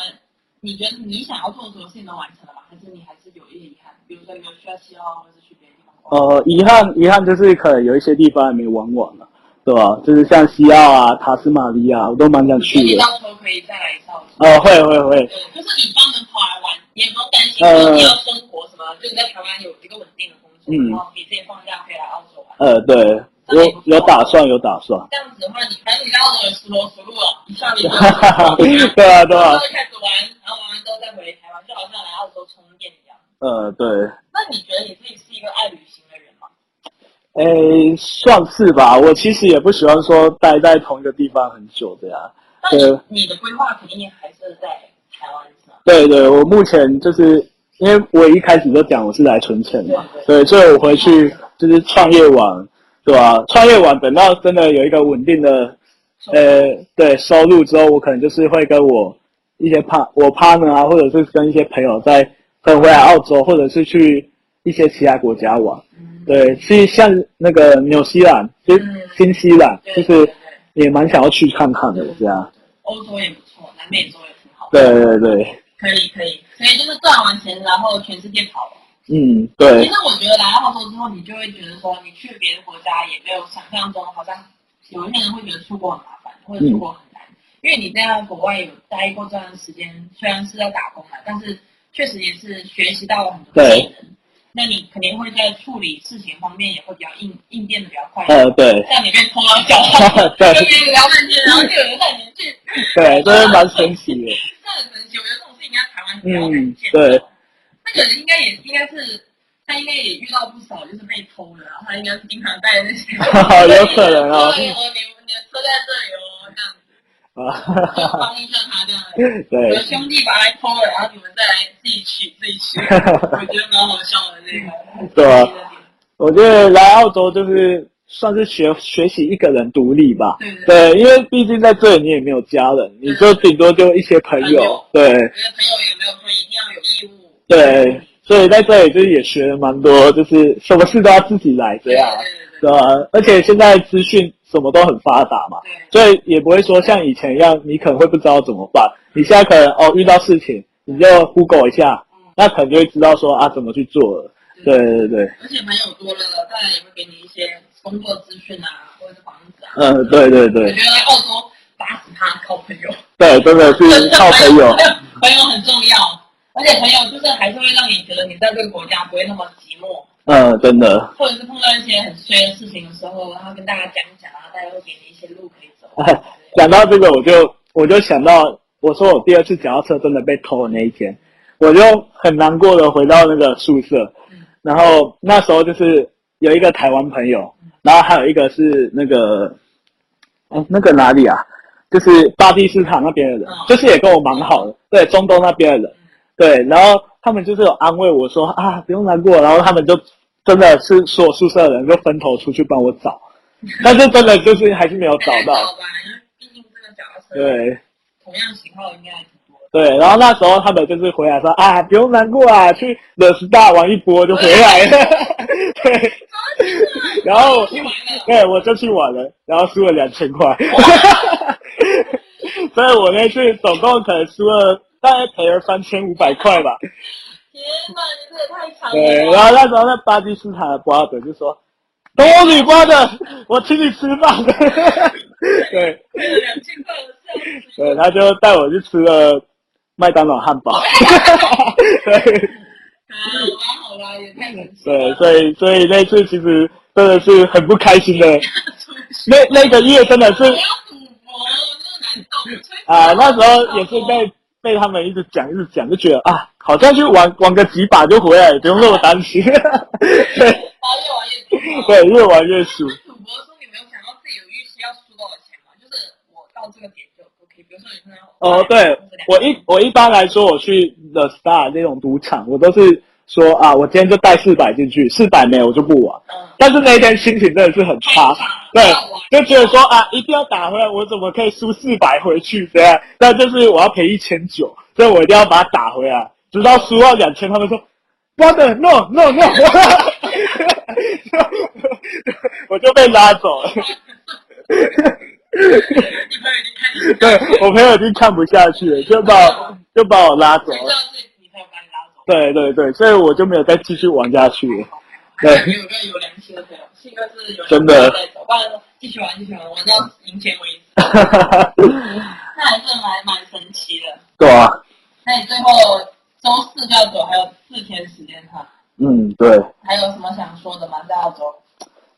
Speaker 2: 你觉得你想要做的所有事情都完成了吗？还是你还是有一些遗憾？比如说你有去到西澳，或者是去别的地方逛？
Speaker 3: 呃，遗憾遗憾就是可能有一些地方还没玩完啊，对吧、就是像西澳啊、塔斯马尼亚，我都蛮想去
Speaker 2: 你
Speaker 3: 的。
Speaker 2: 到时候可以再来一次澳洲。
Speaker 3: 呃，会会会，
Speaker 2: 对，就是你专门跑来玩，你也不用担心说你要生活什么，就是在台湾有一个稳定的工作，
Speaker 3: 呃嗯
Speaker 2: 然后你自己放假可以来澳洲玩。
Speaker 3: 呃，对，有有打算有打算， *laughs*
Speaker 2: 这样子的话，你反正你澳洲有熟头熟路了，一下你就然后，开
Speaker 3: 对啊对啊
Speaker 2: 始玩，然后玩完之后再回台湾，就好像来澳洲充电一样。
Speaker 3: 呃，对。
Speaker 2: 那你觉得你自己是一个爱旅行的人吗？
Speaker 3: 诶，哎算是吧。我其实也不喜欢说待在同一个地方很久的呀。
Speaker 2: 但
Speaker 3: 对
Speaker 2: 你的规划肯定还是在台湾是吧？
Speaker 3: 对对，我目前就是因为我一开始就讲我是来存钱嘛，对，所以我回去就是创业网，对吧、创业网等到真的有一个稳定的，呃，对收入之后，我可能就是会跟我一些 p 我 partner 啊，或者是跟一些朋友在，可能回来澳洲，或者是去一些其他国家玩。
Speaker 2: 嗯
Speaker 3: 对，其实像那个纽西兰、新新西兰，
Speaker 2: 对
Speaker 3: 就
Speaker 2: 对
Speaker 3: 是
Speaker 2: 对，
Speaker 3: 也蛮想要去看看的，这样。
Speaker 2: 欧洲也不错，南美洲也挺好。
Speaker 3: 啊对，对对，
Speaker 2: 可以可以，所以就是赚完钱，然后全世界跑了。
Speaker 3: 嗯，对
Speaker 2: 其实我觉得来到澳洲之后，你就会觉得说，你去别的国家也没有想象中，好像有一些人会觉得出国很麻烦，或者出国很难，
Speaker 3: 嗯
Speaker 2: 因为你在国外有待过这段时间，虽然是在打工嘛，啊但是确实也是学习到了很多技能。那你肯定会在处理事情方面也会比较应应变的比较快。
Speaker 3: 呃，对 *laughs*
Speaker 2: 像你被拖到脚后， *laughs*
Speaker 3: 对
Speaker 2: 跟别人聊半天，然后就有人带你去，
Speaker 3: 对，这是蛮神奇的。
Speaker 2: 这很神奇。我觉得这种事情在台湾比较难见。
Speaker 3: 嗯对，，
Speaker 2: 那个人应该也应该是他应该也遇到不少，就是被偷的，然后他应该是经常带那些
Speaker 3: *laughs* 有可能哦
Speaker 2: 对哦，你你的车在这里哦，这样子就
Speaker 3: 啊， *laughs*
Speaker 2: 帮一下他这样子。我的
Speaker 3: 对，
Speaker 2: 兄弟把他偷了，然后你们再来自己
Speaker 3: *laughs*
Speaker 2: 取自己取，我觉得蛮好笑的这个。
Speaker 3: 对啊我觉得来澳洲就是算是学学习一个人独立吧。
Speaker 2: 对对对，
Speaker 3: 对，因为毕竟在这里你也没有家人，你就顶多就一些朋友。对
Speaker 2: 我觉得朋友也没有说一定要有义务。
Speaker 3: 对，所以在这里就是也学了蛮多，就是什么事都要自己来这
Speaker 2: 对
Speaker 3: 样，
Speaker 2: 对对
Speaker 3: 对吧？啊而且现在资讯什么都很发达嘛，
Speaker 2: 对
Speaker 3: 所以也不会说像以前一样，你可能会不知道怎么办。你现在可能哦遇到事情，你就 Google 一下，那可能就会知道说啊怎么去做了。对对对，
Speaker 2: 而且朋友多了，当然也会给你一些工作资讯啊，或者是房子啊。
Speaker 3: 嗯，对对
Speaker 2: 我
Speaker 3: 对
Speaker 2: 觉得来澳洲八十趴靠朋友，
Speaker 3: 对，真的是嗯靠朋友。
Speaker 2: 朋友很重要，而且朋友就是还是会让你觉得你在这个国家不会那么寂寞，
Speaker 3: 嗯，真的
Speaker 2: 或者是碰到一些很衰的事情的时候，然后跟大家讲讲啊，大家会给你一些路可以走。
Speaker 3: 哦 *laughs* 讲到这个，我就我就想到，我说我第二次脚踏车真的被偷的那一天，我就很难过的回到那个宿舍，然后那时候就是有一个台湾朋友，然后还有一个是那个，哦，那个哪里啊？就是巴基斯坦那边的人
Speaker 2: 嗯，
Speaker 3: 就是也跟我蛮好的，对，中东那边的人，对，然后他们就是有安慰我说啊，不用难过，然后他们就真的是所有宿舍的人就分头出去帮我找，但是真的就是还是没有找
Speaker 2: 还是
Speaker 3: 到
Speaker 2: 找，吧，因为毕竟这个脚踏车
Speaker 3: 对
Speaker 2: 同样型号应该还挺多的。
Speaker 3: 对，然后那时候他们就是回来说啊，不用难过啊，去 The Star 玩一波就回来了，对，然后
Speaker 2: 去玩了，
Speaker 3: 对我就去玩了，然后输了两千块，所以我那次总共可能输了大概赔了三千五百块吧，
Speaker 2: 天哪，你这也太强
Speaker 3: 对，
Speaker 2: 了
Speaker 3: 然
Speaker 2: 吧！
Speaker 3: 后那时候在巴基斯坦的布拉德就说。等我女包的，我请你吃饭 *laughs* 的。对，
Speaker 2: 两千块的笑死。
Speaker 3: 对，他就带我去吃了麦当劳汉堡。
Speaker 2: 好
Speaker 3: 对，
Speaker 2: 吧，嗯好吧，也太神奇
Speaker 3: 对，
Speaker 2: 了。
Speaker 3: 所以所以那次其实真的是很不开心的，那那个月真的是
Speaker 2: 我要赌博，真的难受。所以
Speaker 3: 啊、那时候也是被被他们一直讲一直讲，就觉得啊，好像去玩玩个几把就回来，不用那么担心。 *laughs* 对
Speaker 2: 啊，越玩越赌博。
Speaker 3: 对，越玩越输。
Speaker 2: 赌博的时候，你没有想到自己有预期要输多少钱吗？就是我到这个点就 OK。比如说你现在
Speaker 3: 哦，对我一我一般来说，我去 The Star 那种赌场，我都是说啊，我今天就带四百进去，四百没有我就不玩。
Speaker 2: 嗯，
Speaker 3: 但是那一天心情真的是很差，对，就觉得说啊，一定要打回来，我怎么可以输四百回去这样？那就是我要赔一千九，所以我一定要把它打回来，直到输到两千，他们说，brother no no no，我就被拉走了。
Speaker 2: 你朋友已经开始
Speaker 3: 对我朋友已经看不下去了，就把我就把我拉走
Speaker 2: 知
Speaker 3: 了。
Speaker 2: 道自己，你朋友把你拉走。
Speaker 3: 对对对，所以我就没有再继续玩下去 *laughs* 了。对
Speaker 2: 还有一个有良心的朋友，幸亏是有
Speaker 3: 真的
Speaker 2: 在走，不然继续玩，继续玩，玩到赢钱为止。那还是蛮蛮神奇的。
Speaker 3: 对啊，
Speaker 2: 那你最后周四就要走，还有四天时间哈，
Speaker 3: 嗯，对，
Speaker 2: 还有什么想说的吗？在澳洲，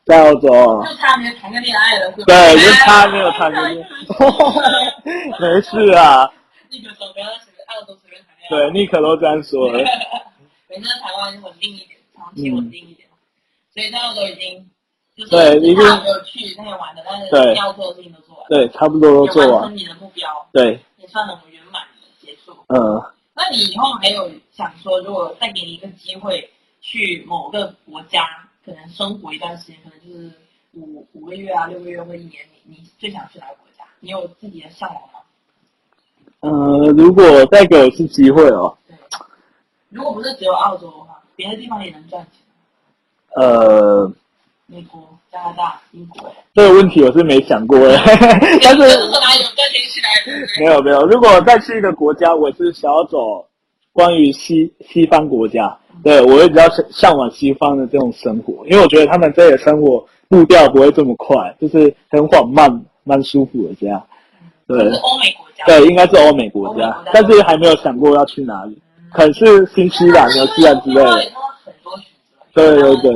Speaker 3: 在澳洲啊。
Speaker 2: 就差没有谈个恋爱了，对不
Speaker 3: 对，就他没有谈过
Speaker 2: *laughs*
Speaker 3: 恋爱，没事啊。
Speaker 2: 那个时候不要随便澳洲随便谈恋爱。
Speaker 3: 对，尼克都这样
Speaker 2: *laughs*
Speaker 3: 说了。
Speaker 2: 每次在台湾稳定一点，长期稳定一点。所以在澳洲已经就是
Speaker 3: 嗯对已经
Speaker 2: 怕没有去那个玩的，但是
Speaker 3: 对
Speaker 2: 要做的事情都做完了，
Speaker 3: 对，差不多都做
Speaker 2: 也完
Speaker 3: 完。
Speaker 2: 成你的目标，
Speaker 3: 对，
Speaker 2: 也算很圆满的结局。受。
Speaker 3: 呃，
Speaker 2: 那你以后还有想说，如果再给你一个机会去某个国家，可能生活一段时间，可能就是五五个月啊、六个月或一年，你你最想去哪个国家？你有自己的向往吗？
Speaker 3: 呃，如果再给我一次机会哦，
Speaker 2: 对，如果不是只有澳洲的话，别的地方也能赚钱，
Speaker 3: 呃，
Speaker 2: 美国、加拿大、英国。
Speaker 3: 这个问题我是没想过的，但
Speaker 2: 就是是说哪里有赚钱去哪里，对不
Speaker 3: 没
Speaker 2: 对？
Speaker 3: 有没有，如果再去一个国家，我是想要走关于西西方国家，对我会比较向向往西方的这种生活，因为我觉得他们这里的生活步调不会这么快，就是很缓慢、蛮舒服的这样。对
Speaker 2: 就是欧美国家。
Speaker 3: 对，应该是欧美国
Speaker 2: 嗯欧美
Speaker 3: 家
Speaker 2: 国家，
Speaker 3: 但是还没有想过要去哪里，可能是新西兰、纽西兰之类的。
Speaker 2: 他很多选择，
Speaker 3: 对对对，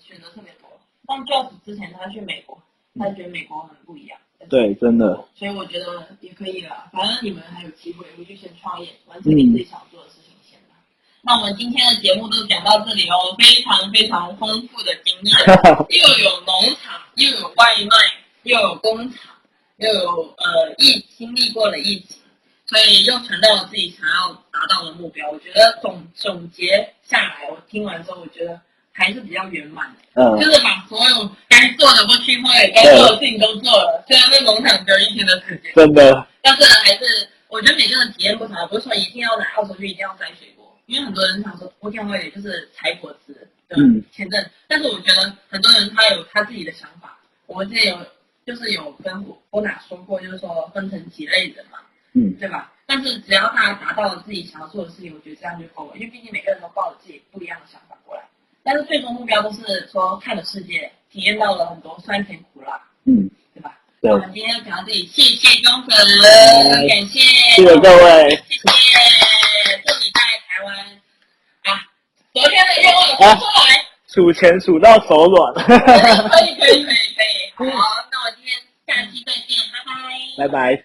Speaker 2: 选择特别多。像 Josh 之前他去美国，他觉得美国很不一样。，
Speaker 3: 对，真的， *laughs*
Speaker 2: 所以我觉得也可以了，反正你们还有机会，回去先创业，完
Speaker 3: 嗯
Speaker 2: 成你自己想做的事情先吧。那我们今天的节目就讲到这里哦，非常非常丰富的经验，又有农场，又有外卖，又有工厂，又有呃疫经历过了疫情，所以又谈到了自己想要达到的目标。我觉得总总结下来，我听完之后，我觉得还是比较圆满的。
Speaker 3: 嗯
Speaker 2: 就是把所有该做的过去会，该做的事情都做了。虽然那农场只有一天的时间，
Speaker 3: 真的，
Speaker 2: 但是还是我觉得每个人体验不同，不是说一定要来澳洲就一定要摘水果，因为很多人想说我想我也就是采果子的
Speaker 3: 嗯
Speaker 2: 签证，但是我觉得很多人他有他自己的想法。我们之前有就是有跟波娜说过，就是说分成几类人嘛，
Speaker 3: 嗯，
Speaker 2: 对吧？但是只要大家达到了自己想要做的事情，我觉得这样就够了，因为毕竟每个人都抱着自己不一样的想法过来。但是最终目标都是说看了世界，体验到了很多酸甜苦辣，
Speaker 3: 嗯，
Speaker 2: 对吧？
Speaker 3: 对
Speaker 2: 那我们今天就讲到这里，谢谢庄粉，感谢，
Speaker 3: 谢谢各位。
Speaker 2: 谢谢，祝你在台湾啊，昨天的愿望有说出来，
Speaker 3: 数钱数到手软， *laughs*
Speaker 2: 可以可以可以可以，好，那我今天下期再见，拜拜。
Speaker 3: 拜拜。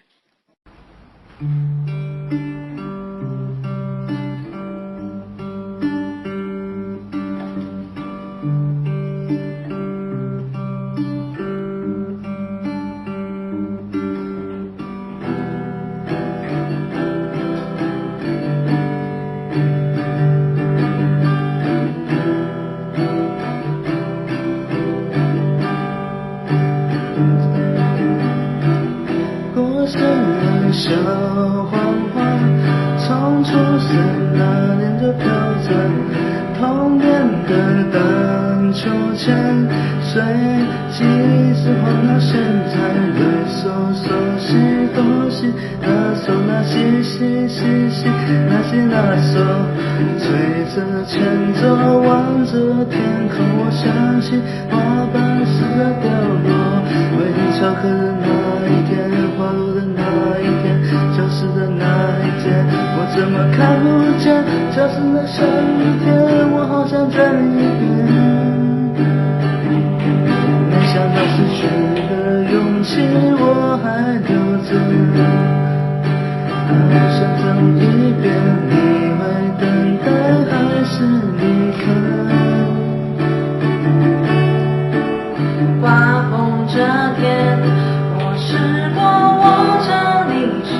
Speaker 4: 过生的小黄花，从出生那年就飘着，童年的荡秋千，随即是晃到现在，来嗦嗦西哆西，那嗦那西西西西，那西那嗦，吹着前奏，望着天空，我想起花瓣似的掉落，为你巧克的那一天。花落的那一天，消失的那一天，我怎么看不见？消失的下雨天，我好想转一遍。没想到失去的勇气我还留着，好想等一遍，你会等待还是离开？刮风这天，我试过握着你手，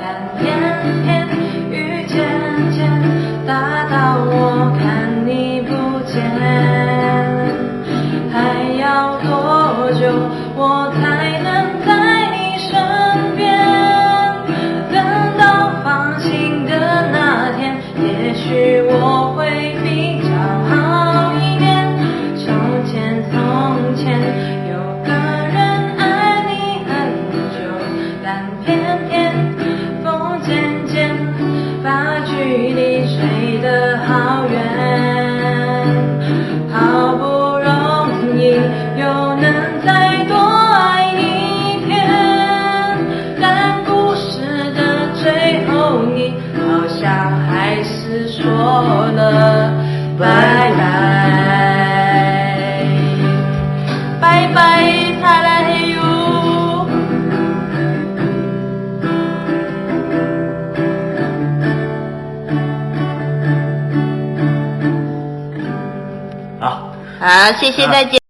Speaker 4: 但偏偏雨渐渐大到我看你不见。还要多久我才能在你身边？等到放晴的那天，也许我会比较好一点。从前从前有个人爱你很久，但偏偏风渐渐把距离吹得好远，好不容易又能再多爱一天，但故事的最后你好像还是说了拜拜，拜拜，擦啦嘿哟。
Speaker 1: 啊
Speaker 3: 啊
Speaker 5: 好，谢谢，再见。